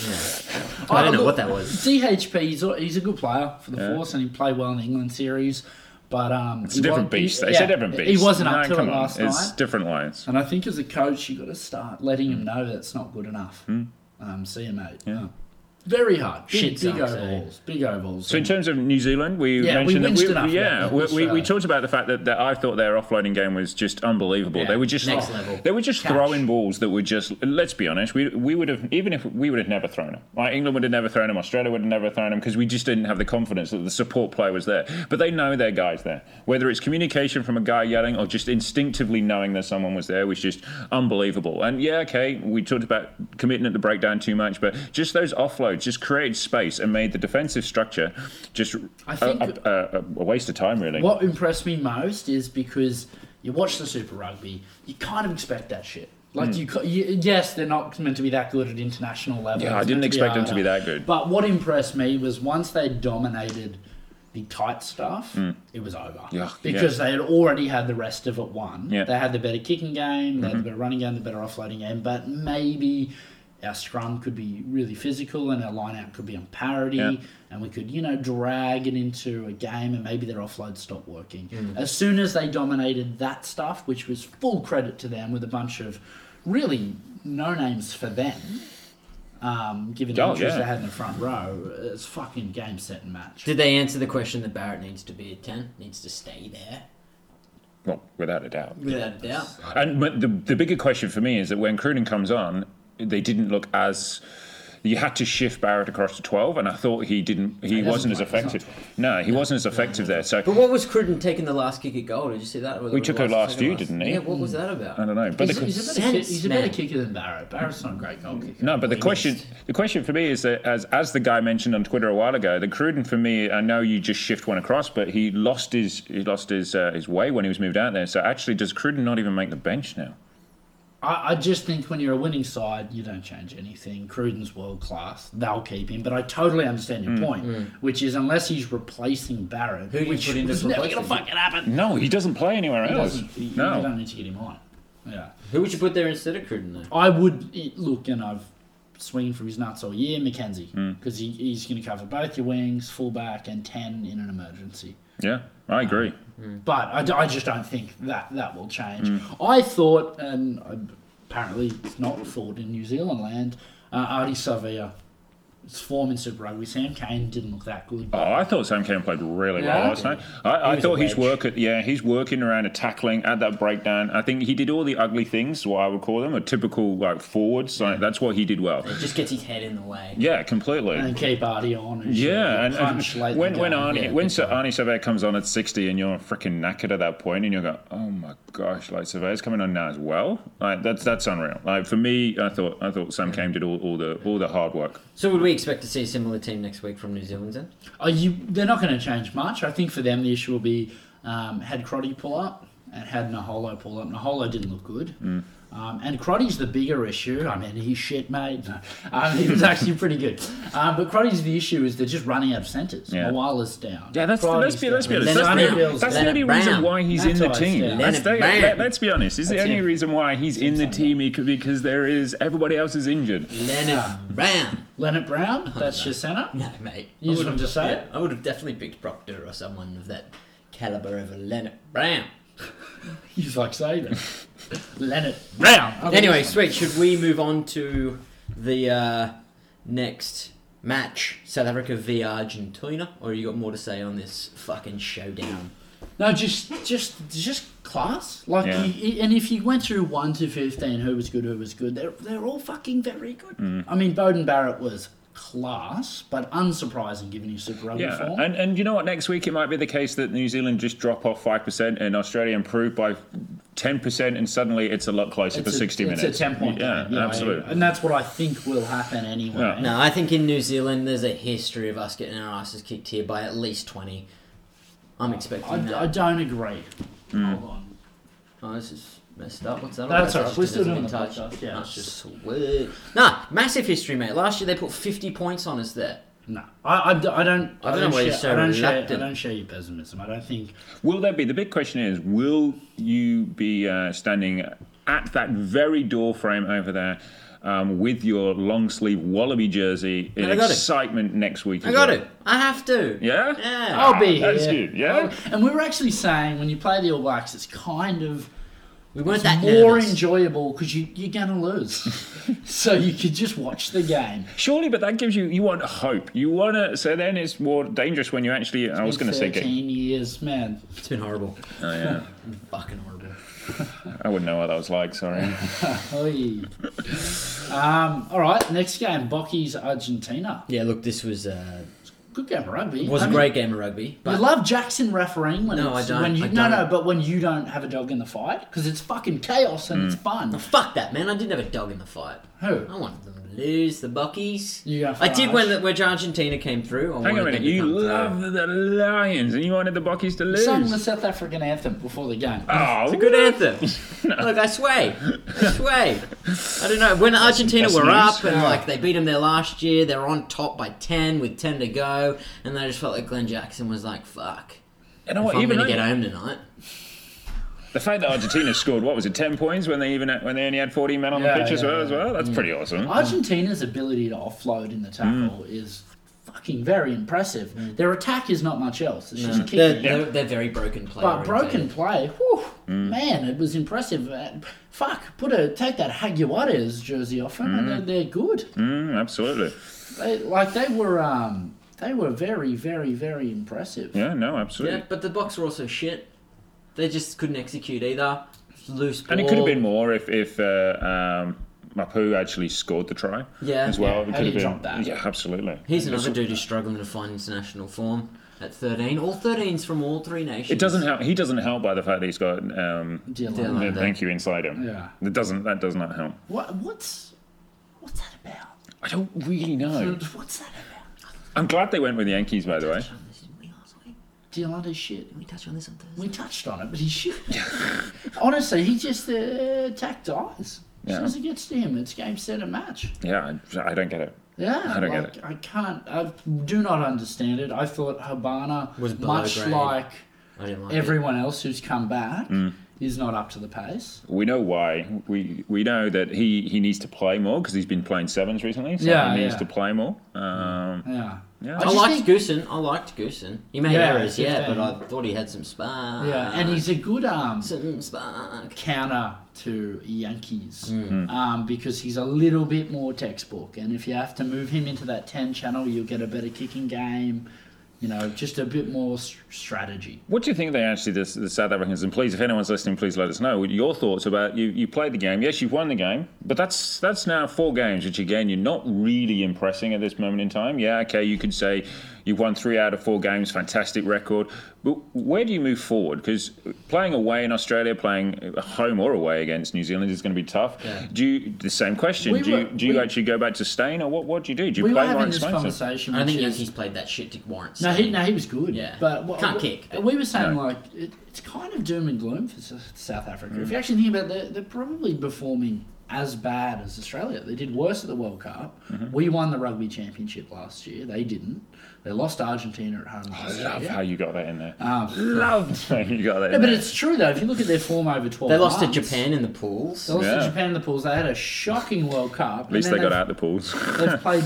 S1: I don't
S2: Oh,
S1: know
S2: look,
S1: what that was.
S2: CHP, he's a, he's a good player for the Force, and he played well in the England series. But um,
S3: It's a different beast. It's a different beast.
S2: He wasn't up
S3: No,
S2: to it
S3: come on.
S2: last
S3: It's Mm.
S2: night. Um,
S3: different lines.
S2: And I think as a coach, you got to start letting him know that's not good enough.
S3: Mm.
S2: Um, see you, mate. Yeah. Very hard. Big,
S1: Shit
S2: big
S1: sucks, eh?
S2: overhauls. Big overhauls.
S3: So in terms of New Zealand, we
S2: Yeah, we
S3: mentioned
S2: winced
S3: that
S2: enough,
S3: we, yeah,
S2: yeah, Uh,
S3: we, we, we
S2: Australia.
S3: talked about the fact that, that I thought their offloading game was just unbelievable.
S2: Yeah,
S3: They were just
S1: next level.
S3: they were just
S1: Catch.
S3: throwing balls that were just let's be honest, we we would have even if we would have never thrown them. Like England would have never thrown them, Australia would have never thrown them because we just didn't have the confidence that the support play was there. But they know their guys there. Whether it's communication from a guy yelling or just instinctively knowing that someone was there was just unbelievable. And yeah, okay, we talked about committing at the breakdown too much, but just those offloads just created space and made the defensive structure just
S2: I think-
S3: a, a, a, a waste of time, really.
S2: What impressed me most is because you watch the Super Rugby, you kind of expect that shit. Like
S3: Hmm.
S2: you, ca- you, yes, they're not meant to be that good at international level.
S3: Yeah, I
S2: It's
S3: didn't
S2: meant
S3: expect them to
S2: harder.
S3: be that good.
S2: But what impressed me was once they dominated the tight stuff,
S3: Mm.
S2: it was over.
S3: Yeah,
S2: because they had already had the rest of it won.
S3: Yeah. Mm-hmm.
S2: They had the better kicking game, they had the better running game, the better offloading game. But maybe our scrum could be really physical and our line out could be on parity
S3: Yeah.
S2: and we could, you know, drag it into a game and maybe their offload stopped working. As soon as they dominated that stuff, which was full credit to them with a bunch of really no names for them, um, given the
S3: Oh,
S2: interest
S3: yeah.
S2: they had in the front row, it's fucking game, set, and match.
S1: Did they answer the question that Barrett needs to be a 10? Needs to stay there?
S3: Well, without a doubt.
S1: Without a doubt.
S3: And but the, the bigger question for me is that when Cruden comes on, they didn't look as. You had to shift Barrett across to twelve, and I thought he didn't. He,
S2: doesn't
S3: wasn't as
S2: play- he's not
S3: effective. No, he wasn't as effective there. So
S1: But what was Cruden taking the last kick at goal? Did you see that? Or the
S3: We took our
S1: last-
S3: last
S1: second
S3: few, didn't we?
S1: Yeah, what was that about?
S3: I don't know. But
S2: He's,
S3: the,
S2: he's a better, kick,
S1: Sense,
S2: he's a better
S1: man.
S2: kicker than Barrett. Barrett's not a great goal kicker.
S3: no, but the
S1: We
S3: question,
S1: missed.
S3: the question for me is that as as the guy mentioned on Twitter a while ago, the Cruden for me, I know you just shift one across, but he lost his he lost his uh, his way when he was moved out there. So actually, does Cruden not even make the bench now?
S2: I, I just think when you're a winning side, you don't change anything. Cruden's world class. They'll keep him. But I totally understand your point, which is unless he's replacing Barrett,
S1: Mm, Who do you
S2: which
S1: put in to
S2: was never
S1: replace
S2: going to
S1: him?
S2: fucking happen.
S3: No, he doesn't play anywhere
S2: He
S3: else.
S2: doesn't- he- you
S3: no,
S2: don't need to get him on. Yeah.
S1: Who would you put there instead of Cruden, though?
S2: I would it- look, and I've swinging for his nuts all year, McKenzie,
S1: Mm.
S2: because he, he's going to cover both your wings, fullback, and ten in an emergency.
S3: yeah, I agree.
S2: But I, d- I just don't think that that will change.
S3: Mm.
S2: I thought, and apparently it's not thought in New Zealand land, uh, Artie Savia, his form in Super Rugby, Sam Kane didn't look that good.
S3: Oh, I thought Sam Kane played really well
S2: Yeah?
S3: last night. I, I
S1: was
S3: thought
S1: a
S3: his
S1: wedge.
S3: work at yeah, he's working around a tackling at that breakdown. I think he did all the ugly things, what I would call them, a typical like forwards. Like that's what he did well.
S1: It just gets his head in the way.
S3: Yeah, completely.
S2: And keep Artie on. And shit,
S3: yeah, and, and
S2: punch late in
S3: when
S2: the
S3: when
S2: game.
S3: Arnie
S1: yeah,
S3: when
S1: big
S3: Sir Arnie Surveyor comes on at sixty and you're freaking knackered at that point and you go, oh my gosh, like Surveyor's coming on now as well. Like that's that's unreal. Like for me, I thought I thought Sam Kane did all, all the all the hard work.
S1: So would we expect to see a similar team next week from New Zealand then?
S2: Are Oh, you? They're not going to change much. I think for them the issue will be um, had Crotty pull up and had Naholo pull up. Naholo didn't look good. Um, and Crotty's the bigger issue. I mean, he's shit, mate. <laughs> No. Um, he was actually pretty good. Um, but Crotty's the issue is they're just running out of centres.
S3: Yeah.
S2: Yeah. Mawala's down.
S3: Yeah, that's let's
S2: Crotty's
S3: be let's be
S2: down.
S3: honest. That's,
S1: Leonard
S3: the-
S1: Brown.
S3: that's the
S1: Leonard
S3: only reason
S1: Brown.
S3: why he's in
S2: That's
S3: the
S2: what I
S3: team.
S2: said.
S3: That's
S1: Leonard
S3: the-
S1: Brown.
S3: let, us be honest. Is the
S1: That's
S3: only
S1: him.
S3: reason why he's in the team he could- because there is everybody else is injured.
S1: Leonard Brown.
S2: Leonard Brown. That's
S3: <laughs>
S2: your centre.
S1: No, mate.
S2: You
S1: I
S2: just
S1: would've-
S2: want to say it?
S1: I would have definitely picked Proctor or someone of that caliber over Leonard Brown.
S2: He's like
S3: <laughs>
S2: saving Leonard Brown. Okay.
S1: Anyway, sweet. Should we move on to the uh, next match, South Africa v Argentina, or you got more to say on this fucking showdown?
S2: No, just just just class. Like,
S3: Yeah.
S2: you, and if you went through one to fifteen, who was good, who was good, they're they're all fucking very good.
S3: Mm.
S2: I mean, Bowden Barrett was class, but unsurprising given his Super Rugby
S3: Yeah,
S2: form.
S3: and and you know what? Next week it might be the case that New Zealand just drop off five percent and Australia improve by ten percent, and suddenly it's a lot closer for
S2: It's a-
S3: sixty minutes.
S2: It's a ten point
S3: Yeah,
S2: game. you know,
S3: absolutely.
S2: and that's what I think will happen anyway.
S3: Yeah.
S1: No, I think in New Zealand there's a history of us getting our asses kicked here by at least twenty. I'm expecting
S2: I,
S1: that.
S3: Mm.
S2: I don't agree. Hold on.
S1: oh, this is messed up. What's that? all
S2: That's
S1: about?
S2: alright,
S1: That
S2: we're
S1: just doesn't
S2: still
S1: even
S2: doing the
S1: touch.
S2: podcast, yeah,
S1: Ah,
S2: it's just-
S1: sweet. Nah, massive history, mate. Last year they put 50 points on us there.
S2: No, I, I, d- I don't.
S1: I don't know why you're
S2: share-
S1: so
S2: I don't share-
S1: reluctant.
S2: I don't share your pessimism. I don't think
S3: Will there be? The big question is: Will you be uh, standing at that very door frame over there um, with your long sleeve Wallaby jersey in
S1: Man, I got it.
S3: excitement next week?
S1: I got it. I have to.
S3: Yeah. Oh,
S1: Yeah.
S2: I'll be here.
S3: Ah, that's good, yeah?
S2: Oh, And we were actually saying when you play the All Blacks, it's kind of
S1: we weren't that
S2: more
S1: nervous.
S2: enjoyable because you, you're gonna
S3: <laughs>
S2: lose, <laughs> so you could just watch the game.
S3: Surely, but that gives you you want hope. You want to. So then it's more dangerous when you actually. I was going to say. Get,
S2: thirteen years, man.
S1: it's been horrible.
S3: oh yeah.
S1: Fucking horrible.
S3: I wouldn't know what that was like. Sorry.
S2: Oy. um, all right, next game, Bocce's Argentina.
S1: Yeah, look, this was uh,
S2: Good game of rugby.
S1: was
S2: I
S1: a
S2: mean,
S1: great game of rugby.
S2: You
S1: But
S2: love Jackson refereeing when
S1: No,
S2: it's,
S1: I don't,
S2: when you
S1: I
S2: no no
S1: don't.
S2: but when you don't have a dog in the fight because it's fucking chaos and
S3: Mm.
S2: it's fun.
S1: fuck that, man. I didn't have a dog in the fight.
S2: Who?
S1: I wanted them to lose the Buckies.
S2: You go for
S1: I did
S2: Arch.
S1: when the, when Argentina came through. Oh I
S3: Hang
S1: wanted
S3: on a
S1: them
S3: minute.
S1: to
S3: You
S1: come through.
S3: love the Lions, and you wanted the Buckies to lose.
S2: Sang the South African anthem before the game.
S3: oh,
S1: It's a good
S3: <laughs>
S1: anthem. Look, I sway. I sway. I don't know. When Argentina
S3: that's
S1: were
S3: news.
S1: up and like they beat them there last year, they were on top by ten with ten to go, and I just felt like Glenn Jackson was like, "Fuck,
S3: You know
S1: if
S3: what?
S1: I'm
S3: Even
S1: gonna
S3: though-
S1: get home tonight."
S3: The fact that Argentina <laughs> scored what was it, ten points when they even had, when they only had forty men on
S2: Yeah,
S3: the pitch as
S2: yeah,
S3: well
S2: yeah. Mm.
S3: as well. That's pretty awesome.
S2: Argentina's ability to offload in the
S3: Mm.
S2: tackle is fucking very impressive. Their attack is not much else. It's just kicking.
S1: They're, they're, they're very broken player.
S2: But broken
S1: orientated.
S2: play, whew,
S1: Mm.
S2: man, it was impressive. Uh, Fuck, put a take that Jaguares jersey off them, and they're, they're good.
S3: Mm, absolutely.
S2: They, like they were, um, they were very, very, very impressive.
S3: Yeah, no,
S1: Yeah,
S3: absolutely.
S1: but the box were also shit. They just couldn't execute either. Loose ball.
S3: And it could have been more if if uh, um, Mapu actually scored the try.
S1: Yeah.
S3: as well.
S2: Yeah,
S3: It
S2: how
S3: could
S2: do
S3: have
S2: you
S3: been.
S2: drop that?
S3: Yeah, absolutely.
S1: Here's
S3: It's-
S1: another dude who's struggling to find international form at 13. All 13s from all three nations.
S3: It doesn't help. He doesn't help by the fact that he's got. Um,
S1: Dylan.
S2: Dylan.
S3: the
S1: Like that.
S3: thank you inside him.
S2: Yeah.
S3: It doesn't. That does not help.
S2: What, what's what's that about?
S3: I don't really know.
S2: What's that about?
S3: I'm glad they went with the Yankees, by the way.
S1: This is me last week.
S2: Dylan is shit.
S1: We touched on this on Thursday.
S2: We touched on it, but he should. <laughs> Honestly, he just uh, attack dies. As
S3: Yeah.
S2: soon as it gets to him, it's game, set, and match.
S3: Yeah, I, I don't get it.
S2: Yeah,
S3: I don't get
S2: like, I can't. I do not understand it. I thought Habana
S1: Was below
S2: much
S1: grade.
S2: like
S1: I didn't like it.
S2: everyone else who's come back.
S3: Mm.
S2: Is not up to the pace.
S3: We know why. We we know that he, he needs to play more because he's been playing sevens recently. So
S2: Yeah,
S3: he needs
S2: yeah.
S3: to play more. Um,
S2: Yeah,
S3: Yeah.
S2: I
S1: I
S2: just
S1: liked
S2: think-
S1: Goosen. I liked Goosen. He made
S2: Yeah,
S1: errors, yeah, but
S2: 15.
S1: I thought he had some spark.
S2: yeah, and he's a good um
S1: some spark.
S2: counter to Yankees
S3: Mm.
S1: Hmm.
S2: um, because he's a little bit more textbook. And if you have to move him into that ten channel, you'll get a better kicking game. You know, just a bit more s- strategy.
S3: What do you think they actually the, the South Africans? And please, if anyone's listening, please let us know your thoughts about you. You played the game. Yes, you've won the game, but that's that's now four games, which again you're not really impressing at this moment in time. Yeah, okay, you could say you've won three out of four games, fantastic record. But where do you move forward? Because playing away in Australia, playing home or away against New Zealand is going to be tough.
S1: Yeah.
S3: Do you the same question?
S2: We
S3: do you,
S2: were-
S3: do you
S2: we-
S3: actually go back to staying, or what? What do you do? Do you
S2: We were
S3: play
S2: having
S3: Ryan
S2: this
S3: Spencer?
S2: conversation.
S1: I don't
S2: which
S1: think
S2: is-
S1: Yankees played that shit to warrant
S2: No, he
S1: staying.
S2: no, he was good.
S1: Yeah.
S2: but what,
S1: Can't
S2: what-
S1: kick, but-
S2: We were saying
S3: No.
S2: like it, it's kind of doom and gloom for S- South Africa.
S3: Mm.
S2: If you actually think about it, they're, they're probably performing as bad as Australia. They did worse at the World Cup.
S3: Mm-hmm.
S2: We won the Rugby Championship last year. They didn't. They lost to Argentina at home.
S3: I
S2: last
S3: love
S2: year.
S3: how you got that in there. <laughs>
S2: Um,
S3: Loved how you got that. In
S2: no, but
S3: there.
S2: it's true though. If you look at their form over twelve,
S1: They lost to
S2: months,
S1: Japan in the pools.
S2: They lost
S3: Yeah.
S2: to Japan in the pools. They had a shocking World Cup.
S3: At least they got out the <laughs> pools.
S2: They've played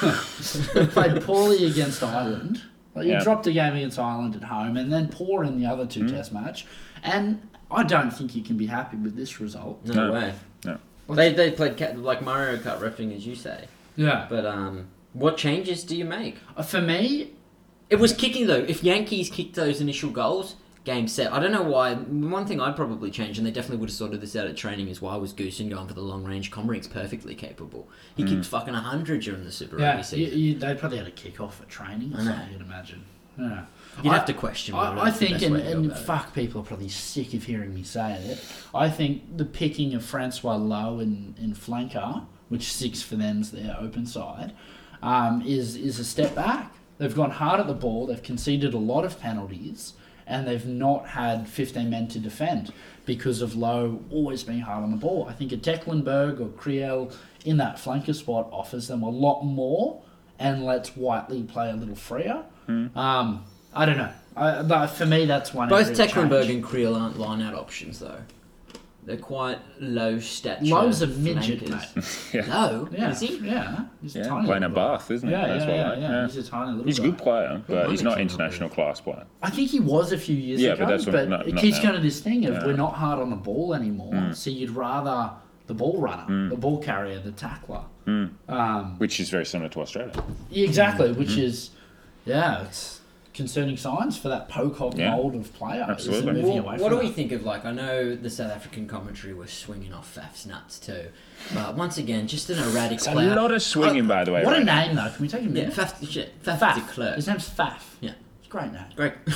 S2: they've played poorly against Ireland. Like you
S3: Yeah.
S2: dropped a game against Ireland at home, and then poor in the other two Test match. And I don't think you can be happy with this result.
S1: No,
S3: No.
S1: way.
S3: No.
S1: They, they played ca- like Mario Kart repping, as you say.
S2: Yeah.
S1: But um, what changes do you make?
S2: But Uh, for me,
S1: It was kicking though. If Yankees kicked those initial goals, game set. I don't know why. One thing I'd probably change, and they definitely would have sorted this out at training, is why was Goosen going for the long range? Comrink's perfectly capable. He kicked fucking hundred during the Super
S2: Mm. yeah,
S1: Rugby
S2: you,
S1: season.
S2: you, they probably had a kick off at training. or
S1: know.
S2: something, You'd imagine. Yeah.
S1: You'd
S2: I-
S1: have to question. whether
S2: I, I
S1: that's the
S2: think,
S1: best
S2: and,
S1: way to go
S2: and
S1: about it.
S2: fuck, people are probably sick of hearing me say it. I think the picking of Francois Lowe in, in flanker, which six for them's their open side, um, is is a step back. They've gone hard at the ball. They've conceded a lot of penalties, and they've not had 15 men to defend because of Lowe always being hard on the ball. I think a Declanberg or Creel in that flanker spot offers them a lot more and lets Whiteley play a little freer. Um, I don't know. I, but for me, that's one.
S1: Both
S2: area of
S1: Tecklenburg
S2: change.
S1: and Creel aren't line out options though. They're quite low stature.
S2: Lowe's a midget,
S1: flankers.
S2: mate.
S1: No,
S2: Yeah,
S1: is he?
S2: Yeah, he's a
S3: Yeah,
S2: tiny
S3: playing at
S2: little guy.
S3: Bath, isn't he?
S2: Yeah,
S3: That's
S2: yeah,
S3: why,
S2: yeah,
S3: like,
S2: yeah,
S3: yeah.
S2: He's a tiny little.
S3: He's a
S2: guy.
S3: good player, but
S1: Manning's
S3: he's not
S1: a good
S3: international class player.
S2: I think he was a few years
S3: Yeah,
S2: ago,
S3: but
S2: but,
S3: that's what- no,
S2: it
S3: not
S2: keeps
S3: now.
S2: going to this thing of
S3: Yeah. Mm.
S2: we're not hard on the ball anymore. So you'd rather the ball runner, the ball carrier, the tackler. Um,
S3: Which is very similar to Australia. Mm.
S2: exactly, which is yeah, it's concerning signs for that Pocock
S3: Yeah.
S2: mold of player. is it
S3: Absolutely.
S2: moving
S1: Well,
S2: away
S1: what
S2: from
S1: do we
S2: that?
S1: think of like? I know the South African commentary was swinging off Faf's nuts too, but once again, just an erratic
S3: A
S1: player.
S3: lot of swinging, by the way.
S2: What
S3: right
S2: a
S3: now.
S2: name though! Can we take a
S1: yeah,
S2: minute?
S1: Faf, shit, Faf,
S2: Faf.
S1: de Klerk.
S2: His name's Faf.
S1: Yeah,
S2: It's a great name.
S1: great. <laughs>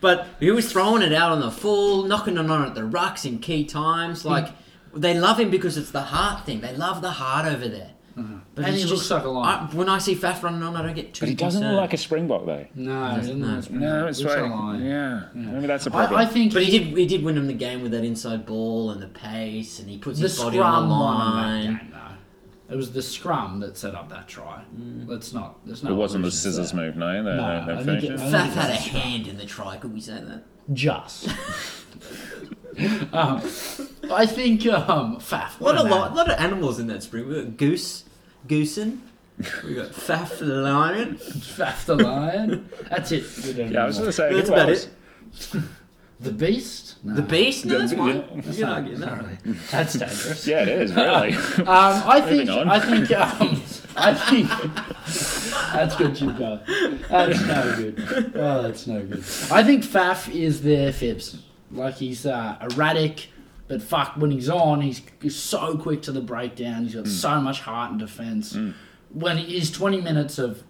S1: but he was throwing it out on the full, knocking it on at the rucks in key times. Like they love him because it's the heart thing. They love the heart over there. But
S2: And
S1: it's
S2: he looks like a lion.
S1: I- when I see Faf running on, I don't get too.
S3: <laughs> But he doesn't
S1: concerned.
S3: look like a Springbok, though.
S2: No,
S1: That's- no, it's
S3: No, it's
S2: Looks
S3: right.
S2: a lion.
S3: Yeah. maybe that's a problem.
S2: I, I think
S1: But he did. He did win him the game with that inside ball and the pace, and he puts
S2: the
S1: his body
S2: scrum
S1: on the
S2: won in
S1: line.
S2: that game, though. It was the scrum that set up that try.
S1: Mm.
S2: Let's not. There's no.
S3: it wasn't the
S2: illusions
S3: scissors
S2: there.
S3: move, no. The,
S2: No,
S3: the
S2: I think it-
S3: finishes.
S2: I think-
S1: Faf had a hand in the try. Could we say that?
S2: Just. <laughs> um, I think um, Faf.
S1: What,
S2: What,
S1: a
S2: man.
S1: lot, lot of animals in that spring. We got goose, goosen. We got Faf the lion.
S2: Faf the lion. That's it. We don't
S3: Yeah, I
S2: know
S3: was
S2: more.
S3: going to
S1: That's
S3: say. who
S1: about
S3: else?
S1: it.
S2: The beast. No.
S1: The beast. No, that's
S3: Yeah,
S1: fine.
S3: yeah.
S1: You can argue that.
S2: Sorry. That's dangerous.
S3: <laughs> Yeah, it is, really. <laughs>
S2: Um, I think.
S3: Moving on.
S2: I think. Um, I think. That's good, Jim. Go. That's no good. Oh, that's no good. I think Faf is their fibs. Like he's uh, erratic, but fuck, when he's on, he's, he's so quick to the breakdown.
S3: Mm.
S2: He's got so much heart and defense. When his twenty minutes of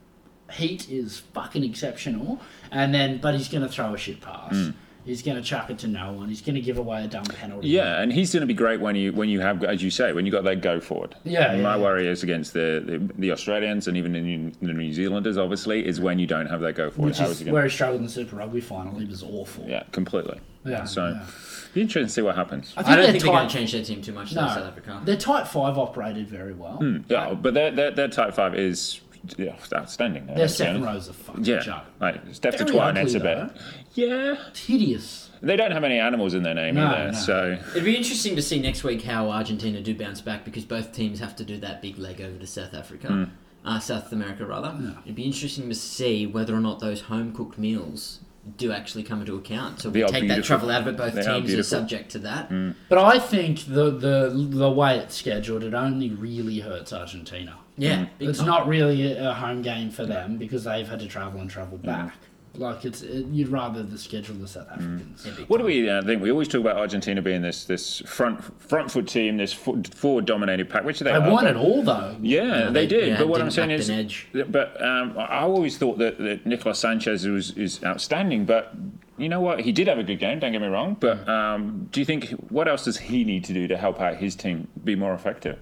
S2: heat is fucking exceptional, and then but he's gonna throw a shit pass.
S3: Mm.
S2: He's gonna chuck it to no one. He's gonna give away a dumb penalty.
S3: Yeah, and he's going to be great when you when you have, as you say, when you got that go forward.
S2: Yeah, yeah,
S3: My
S2: yeah.
S3: worry is against the, the the Australians and even the New, the New Zealanders, obviously, is when you don't have that go forward.
S2: Which
S3: How
S2: is
S3: he gonna-
S2: where he struggled in the Super Rugby final. He was awful.
S3: Yeah, completely.
S2: Yeah,
S3: So,
S2: yeah.
S3: be interesting to see what happens.
S2: I think
S1: I don't
S2: they're
S1: think they're going
S2: tight.
S1: to change their team too much. though, South Africa.
S2: no, their tight five operated very well.
S3: Yeah, but their their, their type five is yeah, outstanding.
S2: Their second rows are fucking
S3: Yeah,
S2: joke.
S3: like Steph
S2: Very
S3: Dutoit and
S2: ugly,
S3: it's a
S2: though.
S3: bit. Yeah,
S2: It's hideous.
S3: they don't have any animals in their name
S2: No,
S3: either.
S2: no.
S3: So
S1: It'd be interesting to see next week how Argentina do bounce back because both teams have to do that big leg over to South Africa, uh, South America rather. It'd be interesting to see whether or not those home cooked meals do actually come into account. So
S3: They
S1: we
S3: are
S1: take that
S3: beautiful.
S1: travel out of it. Both
S3: They are
S1: teams are Hmm.
S3: beautiful.
S1: subject to that.
S2: But I think the the the way it's scheduled, it only really hurts Argentina.
S1: Yeah, big
S2: It's
S1: time.
S2: not really a a home game for them because they've had to travel and travel back. Like it's it, you'd rather the schedule the South Africans.
S1: big
S3: what do we uh, think? We always talk about Argentina being this this front front foot team, this fo- forward dominated pack, which they
S2: They
S3: are.
S2: won
S3: but-
S2: it all though.
S3: Yeah, they,
S1: they-
S3: did.
S1: yeah,
S3: but what I'm
S1: didn't
S3: saying
S1: act
S3: is,
S1: an edge.
S3: but um, I I always thought that, that Nicolas Sanchez was is outstanding. But you know what? He did have a good game. Don't get me wrong.
S1: Mm.
S3: But um, do you think what else does he need to do to help out his team be more effective?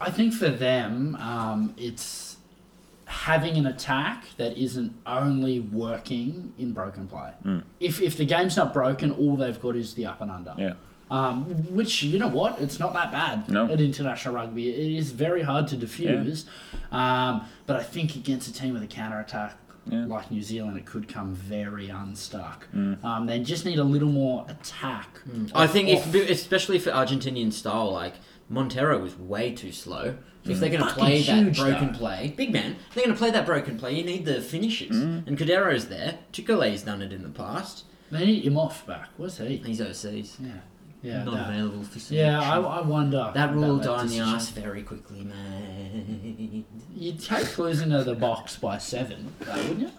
S2: I think for them, um, it's having an attack that isn't only working in broken play.
S3: Hmm.
S2: If, if the game's not broken, all they've got is the up and under.
S3: Yeah.
S2: Um, which you know what, it's not that bad
S3: No.
S2: at international rugby. It is very hard to defuse, um, but I think against a team with a counter attack like New Zealand, it could come very unstuck.
S3: Hmm.
S2: Um, they just need a little more attack.
S1: I think,
S2: Off.
S1: if, especially for Argentinian style, like Montero was way too slow. If they're going to
S2: Fucking
S1: play that
S2: huge,
S1: broken
S2: though.
S1: play, big man, if they're going to play that broken play, you need the finishes.
S2: Mm.
S1: And Cadero's there. Tukule's done it in the past.
S2: they need him off back. Where's he?
S1: He's overseas.
S2: Yeah, yeah,
S1: not
S2: that-
S1: available for selection.
S2: Yeah, I, I wonder.
S1: that
S2: about
S1: rule die in the
S2: decision.
S1: ass very quickly, man.
S2: You'd take losing to the box by seven, though, wouldn't you?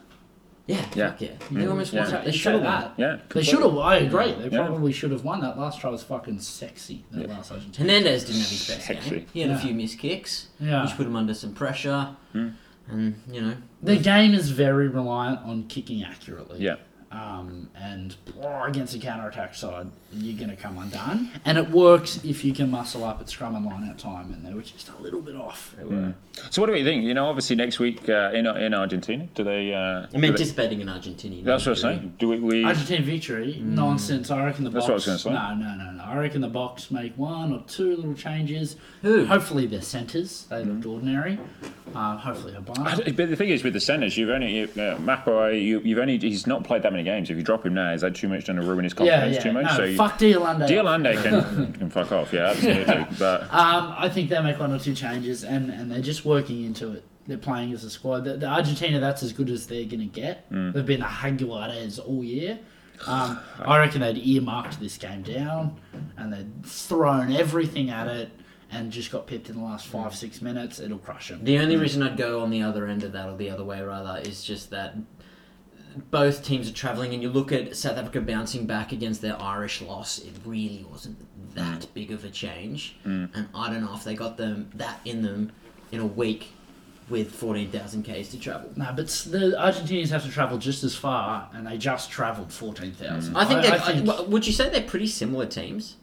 S1: yeah,
S3: Yeah.
S1: fuck yeah. They almost won.
S2: So
S1: They
S2: Mm. you
S1: should
S2: take
S1: have won.
S2: that.
S3: Yeah,
S2: They
S3: completely.
S2: should have. I agree. They
S3: Yeah.
S2: probably should have won. That last try was fucking sexy. That last Argentina.
S1: Hernandez didn't have his best
S3: Sexy.
S1: game. He had
S2: Yeah.
S1: a few missed kicks,
S2: Yeah. Mm.
S1: which put him under some pressure. And, you know,
S2: The game is very reliant on kicking accurately.
S3: Yeah.
S2: Um, and oh, against a counter attack side, you're going to come undone. And it works if you can muscle up at scrum and line out time, and they were just a little bit off.
S3: So what do we think? You know, obviously next week uh, in in Argentina, do they? Uh,
S1: I'm anticipating an Argentinian.
S3: that's what I'm
S1: victory.
S3: saying. Do we? we
S2: Argentine victory, nonsense. I reckon the
S3: Hmm. That's
S2: box.
S3: what I was gonna
S2: No, no, no, no. I reckon the box make one or two little changes.
S1: Who?
S2: Hopefully they're centres. They looked ordinary. Uh, hopefully
S3: Hmm. I
S2: Habana.
S3: don't- but the thing is, with the centres, you've only you, uh, Mapai. You, you've only he's not played that many games. If you drop him now, is that too much going to ruin his
S2: Yeah,
S3: confidence
S2: yeah.
S3: too much?
S2: no,
S3: so you-
S2: fuck Diolande.
S3: Diolande
S2: <laughs>
S3: can, can fuck off. Yeah, absolutely. But
S2: Um, I think they make one or two changes, and, and they're just working into it. They're playing as a squad. The, the Argentina, that's as good as they're going to get.
S3: Mm.
S2: They've been the Jaguares all
S3: <sighs>
S2: year. Um, I reckon they'd earmarked this game down, and they'd thrown everything at it, and just got pipped in the last five, six minutes. It'll crush them.
S1: The only reason I'd go on the other end of that, or the other way rather, is just that both teams are travelling, and you look at South Africa bouncing back against their Irish loss. It really wasn't
S2: Hmm.
S1: that big of a change, and I don't know if they got them that in them in a week with fourteen thousand k's to travel.
S2: No, but s- the Argentinians have to travel just as far, and they just travelled 14,000.
S3: Mm.
S1: I think. they
S3: uh,
S1: w would you say they're pretty similar teams?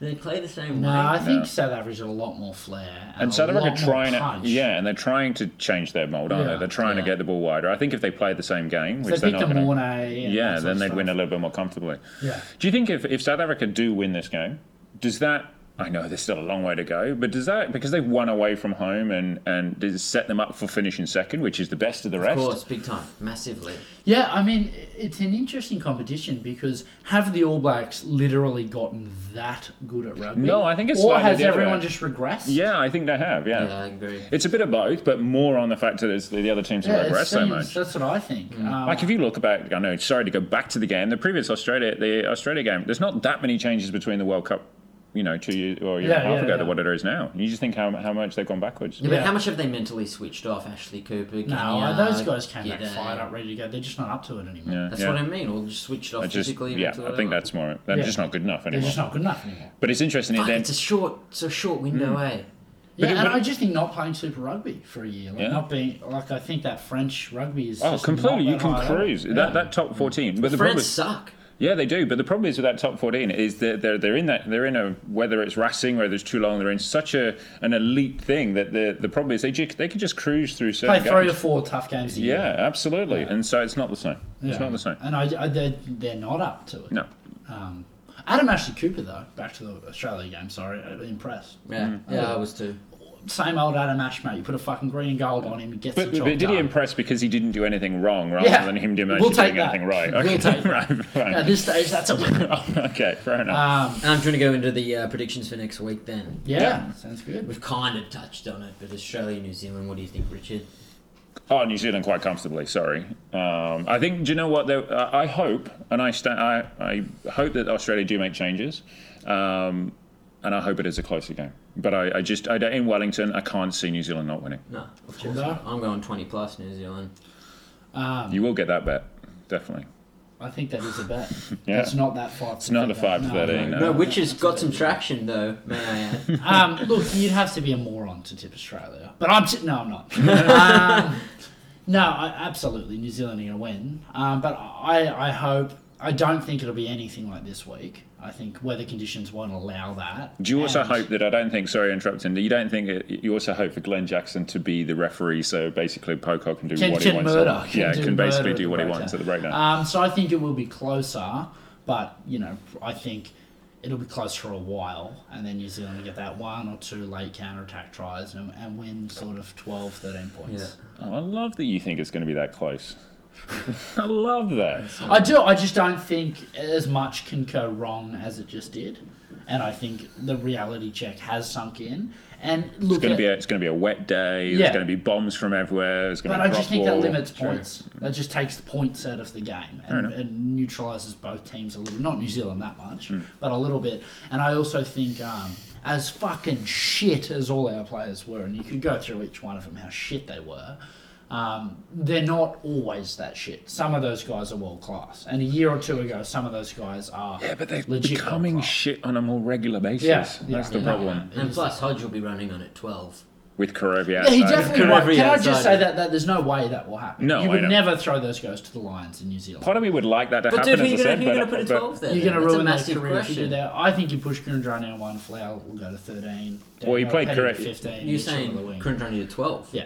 S1: They play the same
S2: No,
S1: way.
S2: I think
S3: No.
S2: South Africa's got a lot more flair.
S3: and
S2: a
S3: South Africa
S2: lot more
S3: trying
S2: punch.
S3: to yeah, and they're trying to change their mold, aren't
S2: Yeah,
S3: they? They're trying
S1: yeah.
S3: to get the ball wider. I think if they play the same game,
S2: If
S3: which
S2: they
S3: they're
S2: pick the
S3: not going to,
S2: Mornay. and
S3: yeah,
S2: that sort
S3: then
S2: of
S3: they'd
S2: stuff.
S3: win a little bit more comfortably.
S2: Yeah.
S3: Do you think if, if South Africa do win this game, does that? I know there's still a long way to go, but does that because they've won away from home and and does it set them up for finishing second, which is the best of the
S1: of
S3: rest?
S1: course, big time, massively.
S2: Yeah, I mean, it's an interesting competition because have the All Blacks literally gotten that good at rugby?
S3: No, I think it's
S2: Or
S3: slightly
S2: has
S3: the other
S2: everyone
S3: way.
S2: just regressed?
S3: Yeah, I think they have. Yeah.
S1: Yeah, I agree.
S3: It's a bit of both, but more on the fact that it's, the other teams have
S2: Yeah, it
S3: regressed so
S2: seems-
S3: much. Mm.
S2: That's what I think. Um,
S3: Like if you look back, I know. Sorry to go back to the game. The previous Australia, the Australia game. There's not that many changes between the World Cup, you know, two years or a year and a
S2: Yeah,
S3: half
S2: yeah,
S3: ago to
S2: yeah.
S3: what it is now. You just think how, how much they've gone backwards.
S1: Yeah, but
S2: Yeah.
S1: how much have they mentally switched off? Ashley Cooper.
S2: no,
S1: Kenya,
S2: those guys came back
S1: Gidde.
S2: fired up, ready to go. They're just not up to it anymore.
S3: Yeah,
S1: That's
S3: yeah.
S1: what I mean. Or just switched off
S3: I just,
S1: physically.
S3: yeah, I think that's more. They're
S2: Yeah.
S3: just not good enough
S2: They're
S3: anymore.
S2: just not good enough anymore.
S3: But it's interesting. it
S1: Fuck,
S3: then Mm.
S1: it's a short, it's a short window, eh?
S2: Yeah,
S3: it-
S2: and
S3: but-
S2: I just think not playing Super Rugby for a year, like
S3: Yeah.
S2: not being like I think that French rugby is.
S3: oh,
S2: just
S3: completely.
S2: not
S3: You
S2: that
S3: can
S2: high level.
S3: cruise
S2: Yeah.
S3: that that top fourteen. But the problem
S1: France
S3: is,
S1: suck.
S3: yeah, they do. But the problem is with that top fourteen is that they're they're in that they're in a whether it's racing or there's too long. They're in such a an elite thing that the the problem is they ju- they could just cruise through
S2: Play
S3: certain
S2: three or
S3: games.
S2: four tough games a year.
S3: Yeah, absolutely. And so it's not the same. It's
S2: Yeah.
S3: not the same.
S2: And I, I, they're, they're not up to it.
S3: No.
S2: Um, Adam Ashley Cooper, though, back to the Australia game, sorry, uh, impressed.
S3: Mm.
S1: Yeah, yeah, I was too.
S2: Same old Adam Ash, mate. You put a fucking green and gold on him, he gets
S3: But,
S2: the job
S3: but did
S2: done.
S3: he impress because he didn't do anything wrong rather
S2: Yeah.
S3: than him doing,
S2: We'll take
S3: doing
S2: that.
S3: anything right?
S2: We'll
S3: Okay, <laughs>
S2: take that.
S3: right,
S2: At
S3: right.
S2: this stage, that's a win.
S3: okay, fair enough.
S2: Um,
S1: And I'm trying to go into the uh, predictions for next week. Then
S2: yeah,
S3: <laughs> Yeah.
S2: sounds good.
S1: we've kind of touched on it, but Australia, New Zealand. What do you think, Richard?
S3: Oh, New Zealand quite comfortably. Sorry. Um, I think. Do you know what? though? uh, I I hope, and I, sta- I I hope that Australia do make changes, um, and I hope it is a closer game. But I, I just I don't, in Wellington, I can't see New Zealand not winning.
S1: No, of course.
S2: Jimbo?
S1: not. I'm going 20 plus New Zealand.
S2: Um,
S3: You will get that bet, definitely.
S2: I think that is a bet.
S3: Yeah.
S2: It's not that five. It's
S3: not a five to that, eh, no.
S1: No, which has got some traction though, may I
S3: <laughs>
S1: add.
S2: Um, look, you'd have to be a moron to tip Australia, but I'm t- no, I'm
S3: <laughs>
S2: not. um, no, I, absolutely, New Zealand are going to win, um, but I, I hope I don't think it'll be anything like this week. I think weather conditions won't allow that.
S3: Do you also
S2: And-
S3: hope that I don't think? Sorry, interrupting. You don't think it, you also hope for Glenn Jackson to be the referee, so basically Pocock can do
S2: Can-
S3: what he
S2: can
S3: wants.
S2: murder, can
S3: yeah,
S2: do
S3: can basically
S2: murder
S3: do what he
S2: at the
S3: wants at the breakdown.
S2: Um, so I think it will be closer, but you know, I think it'll be close for a while, and then New Zealand will get that one or two late counter attack tries and, and win sort of 12, 13 points.
S1: Yeah.
S2: Ah.
S3: oh, I love that you think it's going to be
S2: <laughs>
S3: that close. I love that.
S2: I do. I just don't think as much can go wrong as it just did, and I think the reality check has sunk in. And look,
S3: It's going to
S2: at-
S3: be a, it's going to be a wet day.
S2: Yeah.
S3: There's going to be bombs from everywhere. There's going
S2: but
S3: to be
S2: I just
S3: rock
S2: think that
S3: wall.
S2: limits points. That just takes the points out of the game and, and neutralizes both teams a little. Not New Zealand that much,
S3: Hmm.
S2: but a little bit. And I also think. Um, as fucking shit as all our players were, and you could go through each one of them how shit they were, um, they're not always that shit. Some of those guys are world class, and a year or two ago, some of those guys are
S3: Yeah, but they're
S2: legit
S3: becoming
S2: world-class.
S3: shit on a more regular basis.
S2: Yeah, yeah,
S3: That's the
S2: yeah.
S3: problem.
S1: And plus, Hodge will be running on at 12.
S3: with Karovi
S2: Yeah, he
S3: outside.
S2: definitely
S1: Could
S2: won't.
S1: every
S2: Can I just
S1: outsider-
S2: say that, that there's no way that will happen?
S3: No,
S2: you
S3: I
S2: would
S3: know.
S2: never throw those guys to the Lions in New Zealand.
S3: Part of me would like that to
S1: But dude,
S3: happen.
S1: who are you
S3: as I
S1: gonna,
S3: said,
S1: who you gonna
S3: but-
S1: put at
S3: but-
S1: twelve there?
S2: You're going to
S1: That's a
S2: ruin their
S1: massive
S2: career if you do
S1: question.
S2: that. I think you push Grundrani at one, Flau will go to 13.
S3: Well, he
S2: Daniel
S3: played
S2: Petty at
S3: correct-
S2: 15.
S1: You're
S2: Mitchell at the
S1: saying
S2: wing.
S1: Kundrani at twelve?
S2: Yeah.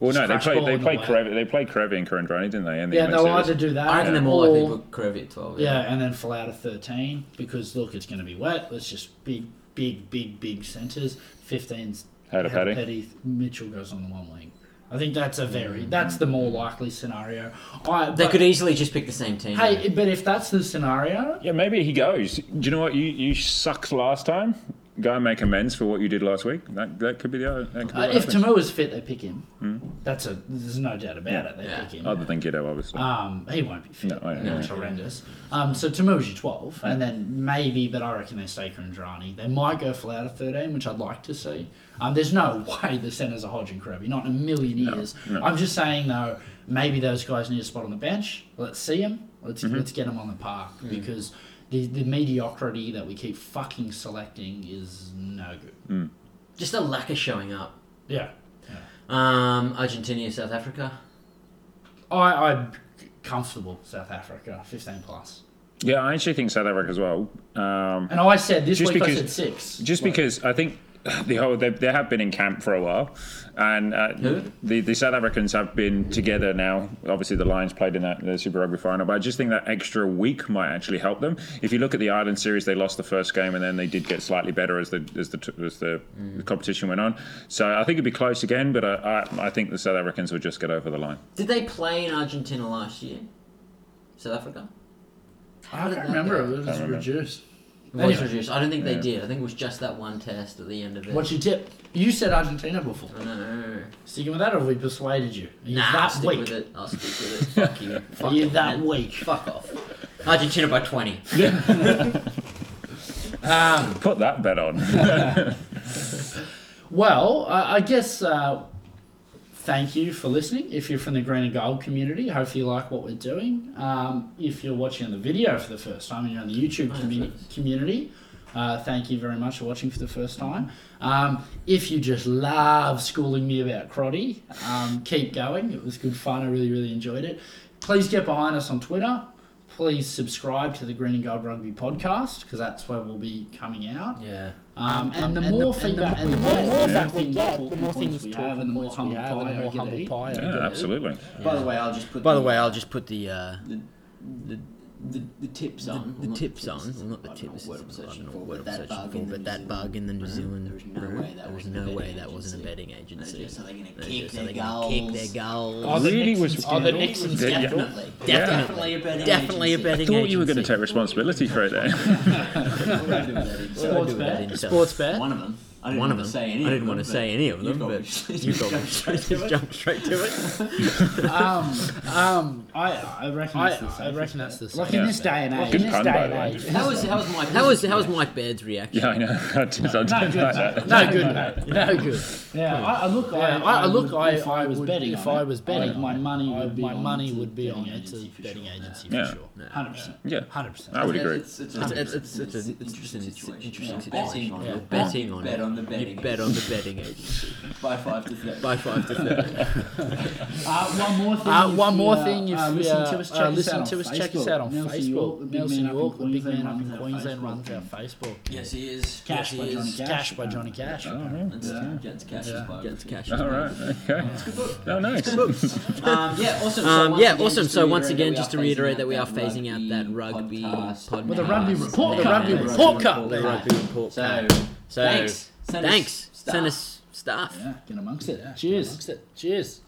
S3: Well, no, they
S2: Scratch
S3: played.
S2: ball
S3: They
S2: in the
S3: played.
S2: way.
S3: Karevi, they played Karevi and Karandrani, didn't they? In the
S2: Yeah,
S3: MLS
S2: they'll
S3: series?
S2: either do that.
S1: I reckon they're more
S2: or-
S1: likely to put Karevi at twelve.
S2: Yeah, and then fall out of 13 because, look, it's going to be wet. It's just big, big, big, big centres. 15's
S3: Had a
S2: Had a
S3: Petty.
S2: Petty. Mitchell goes on the one wing. I think that's a very, that's the more likely scenario. I,
S1: They
S2: but-
S1: could easily just pick the same team.
S2: Hey, but if that's the scenario,
S3: Yeah, maybe he goes. Do you know what? You you sucked last time. Go and make amends for what you did last week. That that could be the other. That could be
S2: uh,
S3: what
S2: if
S3: happens. Hmm?
S2: Tamu is fit, they pick him. That's a. There's no doubt about
S3: Yeah.
S2: it. They
S1: Yeah.
S2: pick him.
S3: other than Giddo, obviously.
S2: Um, he won't be fit.
S3: No, I don't
S2: That's horrendous. Um, so Tamu is your 12, and then maybe, but I reckon they stay Kundrani. They might go full out of 13, which I'd like to see. Um, there's no <laughs> way the centres are Hodge and Krabby, not in a million years.
S3: no.
S2: I'm just saying though, maybe those guys need a spot on the bench. Let's see them. Let's
S3: Mm-hmm.
S2: let's get them on the park because the the mediocrity that we keep fucking selecting is no good.
S1: Just a lack of showing up.
S2: Yeah.
S1: Um, Argentina, South Africa.
S2: I, I'm comfortable South Africa, 15 plus.
S3: Yeah, I actually think South Africa as well. Um,
S2: And I said this
S3: Just
S2: week
S3: because-
S2: I said six.
S3: just because I think <sighs> the whole they, they have been in camp for a while, and uh,
S1: Who?
S3: the the South Africans have been together now. Obviously, the Lions played in that the Super Rugby final, but I just think that extra week might actually help them. If you look at the Ireland series, they lost the first game, and then they did get slightly better as the as the as the,
S2: Mm.
S3: the competition went on. So I think it'd be close again, but I, I I think the South Africans will just get over the line.
S1: Did they play in Argentina last year? South Africa.
S2: I
S1: did
S2: don't
S1: that
S2: remember.
S1: go?
S2: It was reduced.
S1: It was
S2: Anyway.
S1: reduced. I don't think they did. I think it was just that one test at the end of it.
S2: What's your tip? You said Argentina before.
S1: I know.
S2: Sticking with that, or have we persuaded you? Are you
S1: Nah, I'll
S2: that
S1: stick
S2: weak?
S1: with it. I'll stick <laughs> with it. Fuck you. Fuck
S2: Are you
S1: off,
S2: that
S1: man.
S2: weak?
S1: Fuck off. Argentina by twenty.
S2: Um,
S3: Put that
S2: <laughs>
S3: bet on.
S2: well, I I guess uh, thank you for listening. If you're from the Green and Gold community, hopefully you like what we're doing. Um, if you're watching the video for the first time and you're in the YouTube
S1: Oh,
S2: commu-
S1: thanks.
S2: community, uh, thank you very much for watching for the first time. Um, if you just love schooling me about Crotty, um, keep going. It was good fun. I really, really enjoyed it. Please get behind us on Twitter. Please subscribe to the Green and Gold Rugby podcast because that's where we'll be coming out.
S1: Yeah.
S2: Um, and, the more feedback we get,
S4: more
S2: the
S4: feedback
S2: more
S4: we get, the more
S2: points
S4: things
S2: we
S4: we
S2: have, and the more humble
S4: have, and the more
S2: pie I
S4: humble
S2: get.
S3: <laughs>
S4: pie. I
S3: yeah,
S4: get.
S3: absolutely.
S5: By the way, I'll just put.
S1: By the way, I'll just put the uh,
S5: the, the, the tips
S1: the,
S5: on
S1: the
S5: not
S1: tips on. Well, not the tips.
S5: what
S1: it's- I
S5: I'm
S1: don't
S5: searching
S1: know
S5: for,
S1: what
S5: but
S1: I'm
S5: that
S1: searching
S5: bug
S1: for,
S5: in the
S1: but
S5: New
S1: that
S5: Zealand-
S1: bug in the New Zealand
S5: There's no
S1: rule,
S5: way that
S1: there was
S5: wasn't a
S1: no
S5: betting
S1: way that wasn't a
S5: agency.
S1: betting agency.
S5: just how they're gonna
S1: They're
S5: kick
S1: just how
S5: their
S1: they're gonna kick
S5: goals.
S1: their goals.
S2: Oh, the
S3: Really
S2: Nixon
S3: was-
S2: scandal.
S3: oh,
S2: the Nixon
S3: Yeah, yeah.
S2: scandal.
S1: Definitely.
S5: Definitely a betting
S1: Definitely a
S5: agency.
S1: betting
S3: Thought you were going to
S1: agency.
S3: take responsibility for it there.
S2: Sports
S1: do that
S2: bet.
S1: himself.
S2: Sports bet.
S5: One of them. I didn't
S1: One of
S5: want
S1: them.
S5: to say any.
S1: I
S5: of
S1: didn't want to
S5: them,
S1: say any of
S5: you
S1: them, but <laughs>
S5: got-
S1: you got
S5: jumped <laughs> straight to
S1: just
S5: it.
S1: jumped straight to it.
S2: Um, um, I, I reckon
S4: I-
S2: that's the
S4: I
S2: safest
S4: reckon
S2: bet.
S4: that's the
S2: Like
S4: safest
S2: in this day and age.
S3: Good
S2: in this
S3: pun,
S2: day
S3: by
S2: and
S3: the way.
S2: age.
S1: How was how was Mike? How was how was Mike Baird's reaction?
S3: <laughs> yeah, I know. <laughs> I did, I did
S2: No
S3: like
S2: good,
S3: that.
S2: mate.
S4: No good, mate. No good.
S2: Yeah, I, I look.
S4: Yeah,
S2: I,
S4: I-
S2: I look.
S4: would-
S2: I,
S4: if I
S2: I was
S4: would-
S2: betting.
S4: if
S2: on
S4: I
S2: it,
S4: was betting
S2: I- my
S4: on it,
S2: money
S4: I-
S2: would be
S4: my
S2: on
S4: money
S2: to
S4: would be
S2: betting
S4: on it to
S2: agency for
S4: betting
S2: sure.
S4: agency
S2: Yeah.
S3: for sure.
S2: Hundred percent.
S3: Yeah,
S2: Hundred percent.
S3: I would agree.
S5: It's, it's,
S1: It's, it's, it's, it's, it's, it's interesting. It's an interesting situation.
S5: on
S1: You're
S5: your
S1: betting on
S5: bet
S1: it.
S5: on the betting.
S1: You bet on the betting
S5: <laughs>
S1: agency
S5: by five to three.
S1: by five to thirty.
S2: Uh, one more thing.
S4: Uh,
S2: if
S4: one
S2: you,
S4: more
S2: uh,
S4: thing. If
S2: uh,
S4: you
S2: listen to us, check,
S4: uh,
S2: us,
S4: listen
S2: out
S4: to
S2: on
S4: us, check
S2: Facebook.
S4: us out on
S2: Nelson York,
S4: Facebook.
S2: the
S4: Nelson York, the big man up in
S5: our
S4: Queensland,
S5: Facebook
S4: runs our
S5: team.
S4: Facebook.
S5: Yes, he is.
S2: Cash
S5: yes,
S2: by
S5: he
S2: Johnny
S5: is.
S2: Cash by Johnny Cash. Oh.
S5: That's Jens Cash's bio.
S1: Gets cash.
S3: All right. Okay. Oh, nice.
S5: Um, yeah, awesome. So
S1: Um,
S5: once
S1: yeah,
S5: again,
S1: awesome.
S5: just
S1: So once
S5: to reiterate,
S1: again,
S5: we are
S1: just to
S5: phasing
S1: reiterate that we are
S5: out
S1: phasing out that rugby podcast.
S2: With a rugby
S1: podcast.
S2: report
S5: With a
S2: card.
S5: rugby
S2: Ah, report card.
S1: The rugby report.
S5: So,
S1: So
S5: thanks. Send us
S1: thanks.
S5: stuff.
S1: Send us stuff.
S2: Yeah, get amongst it.
S4: Yeah,
S2: Cheers.
S4: amongst it. Cheers.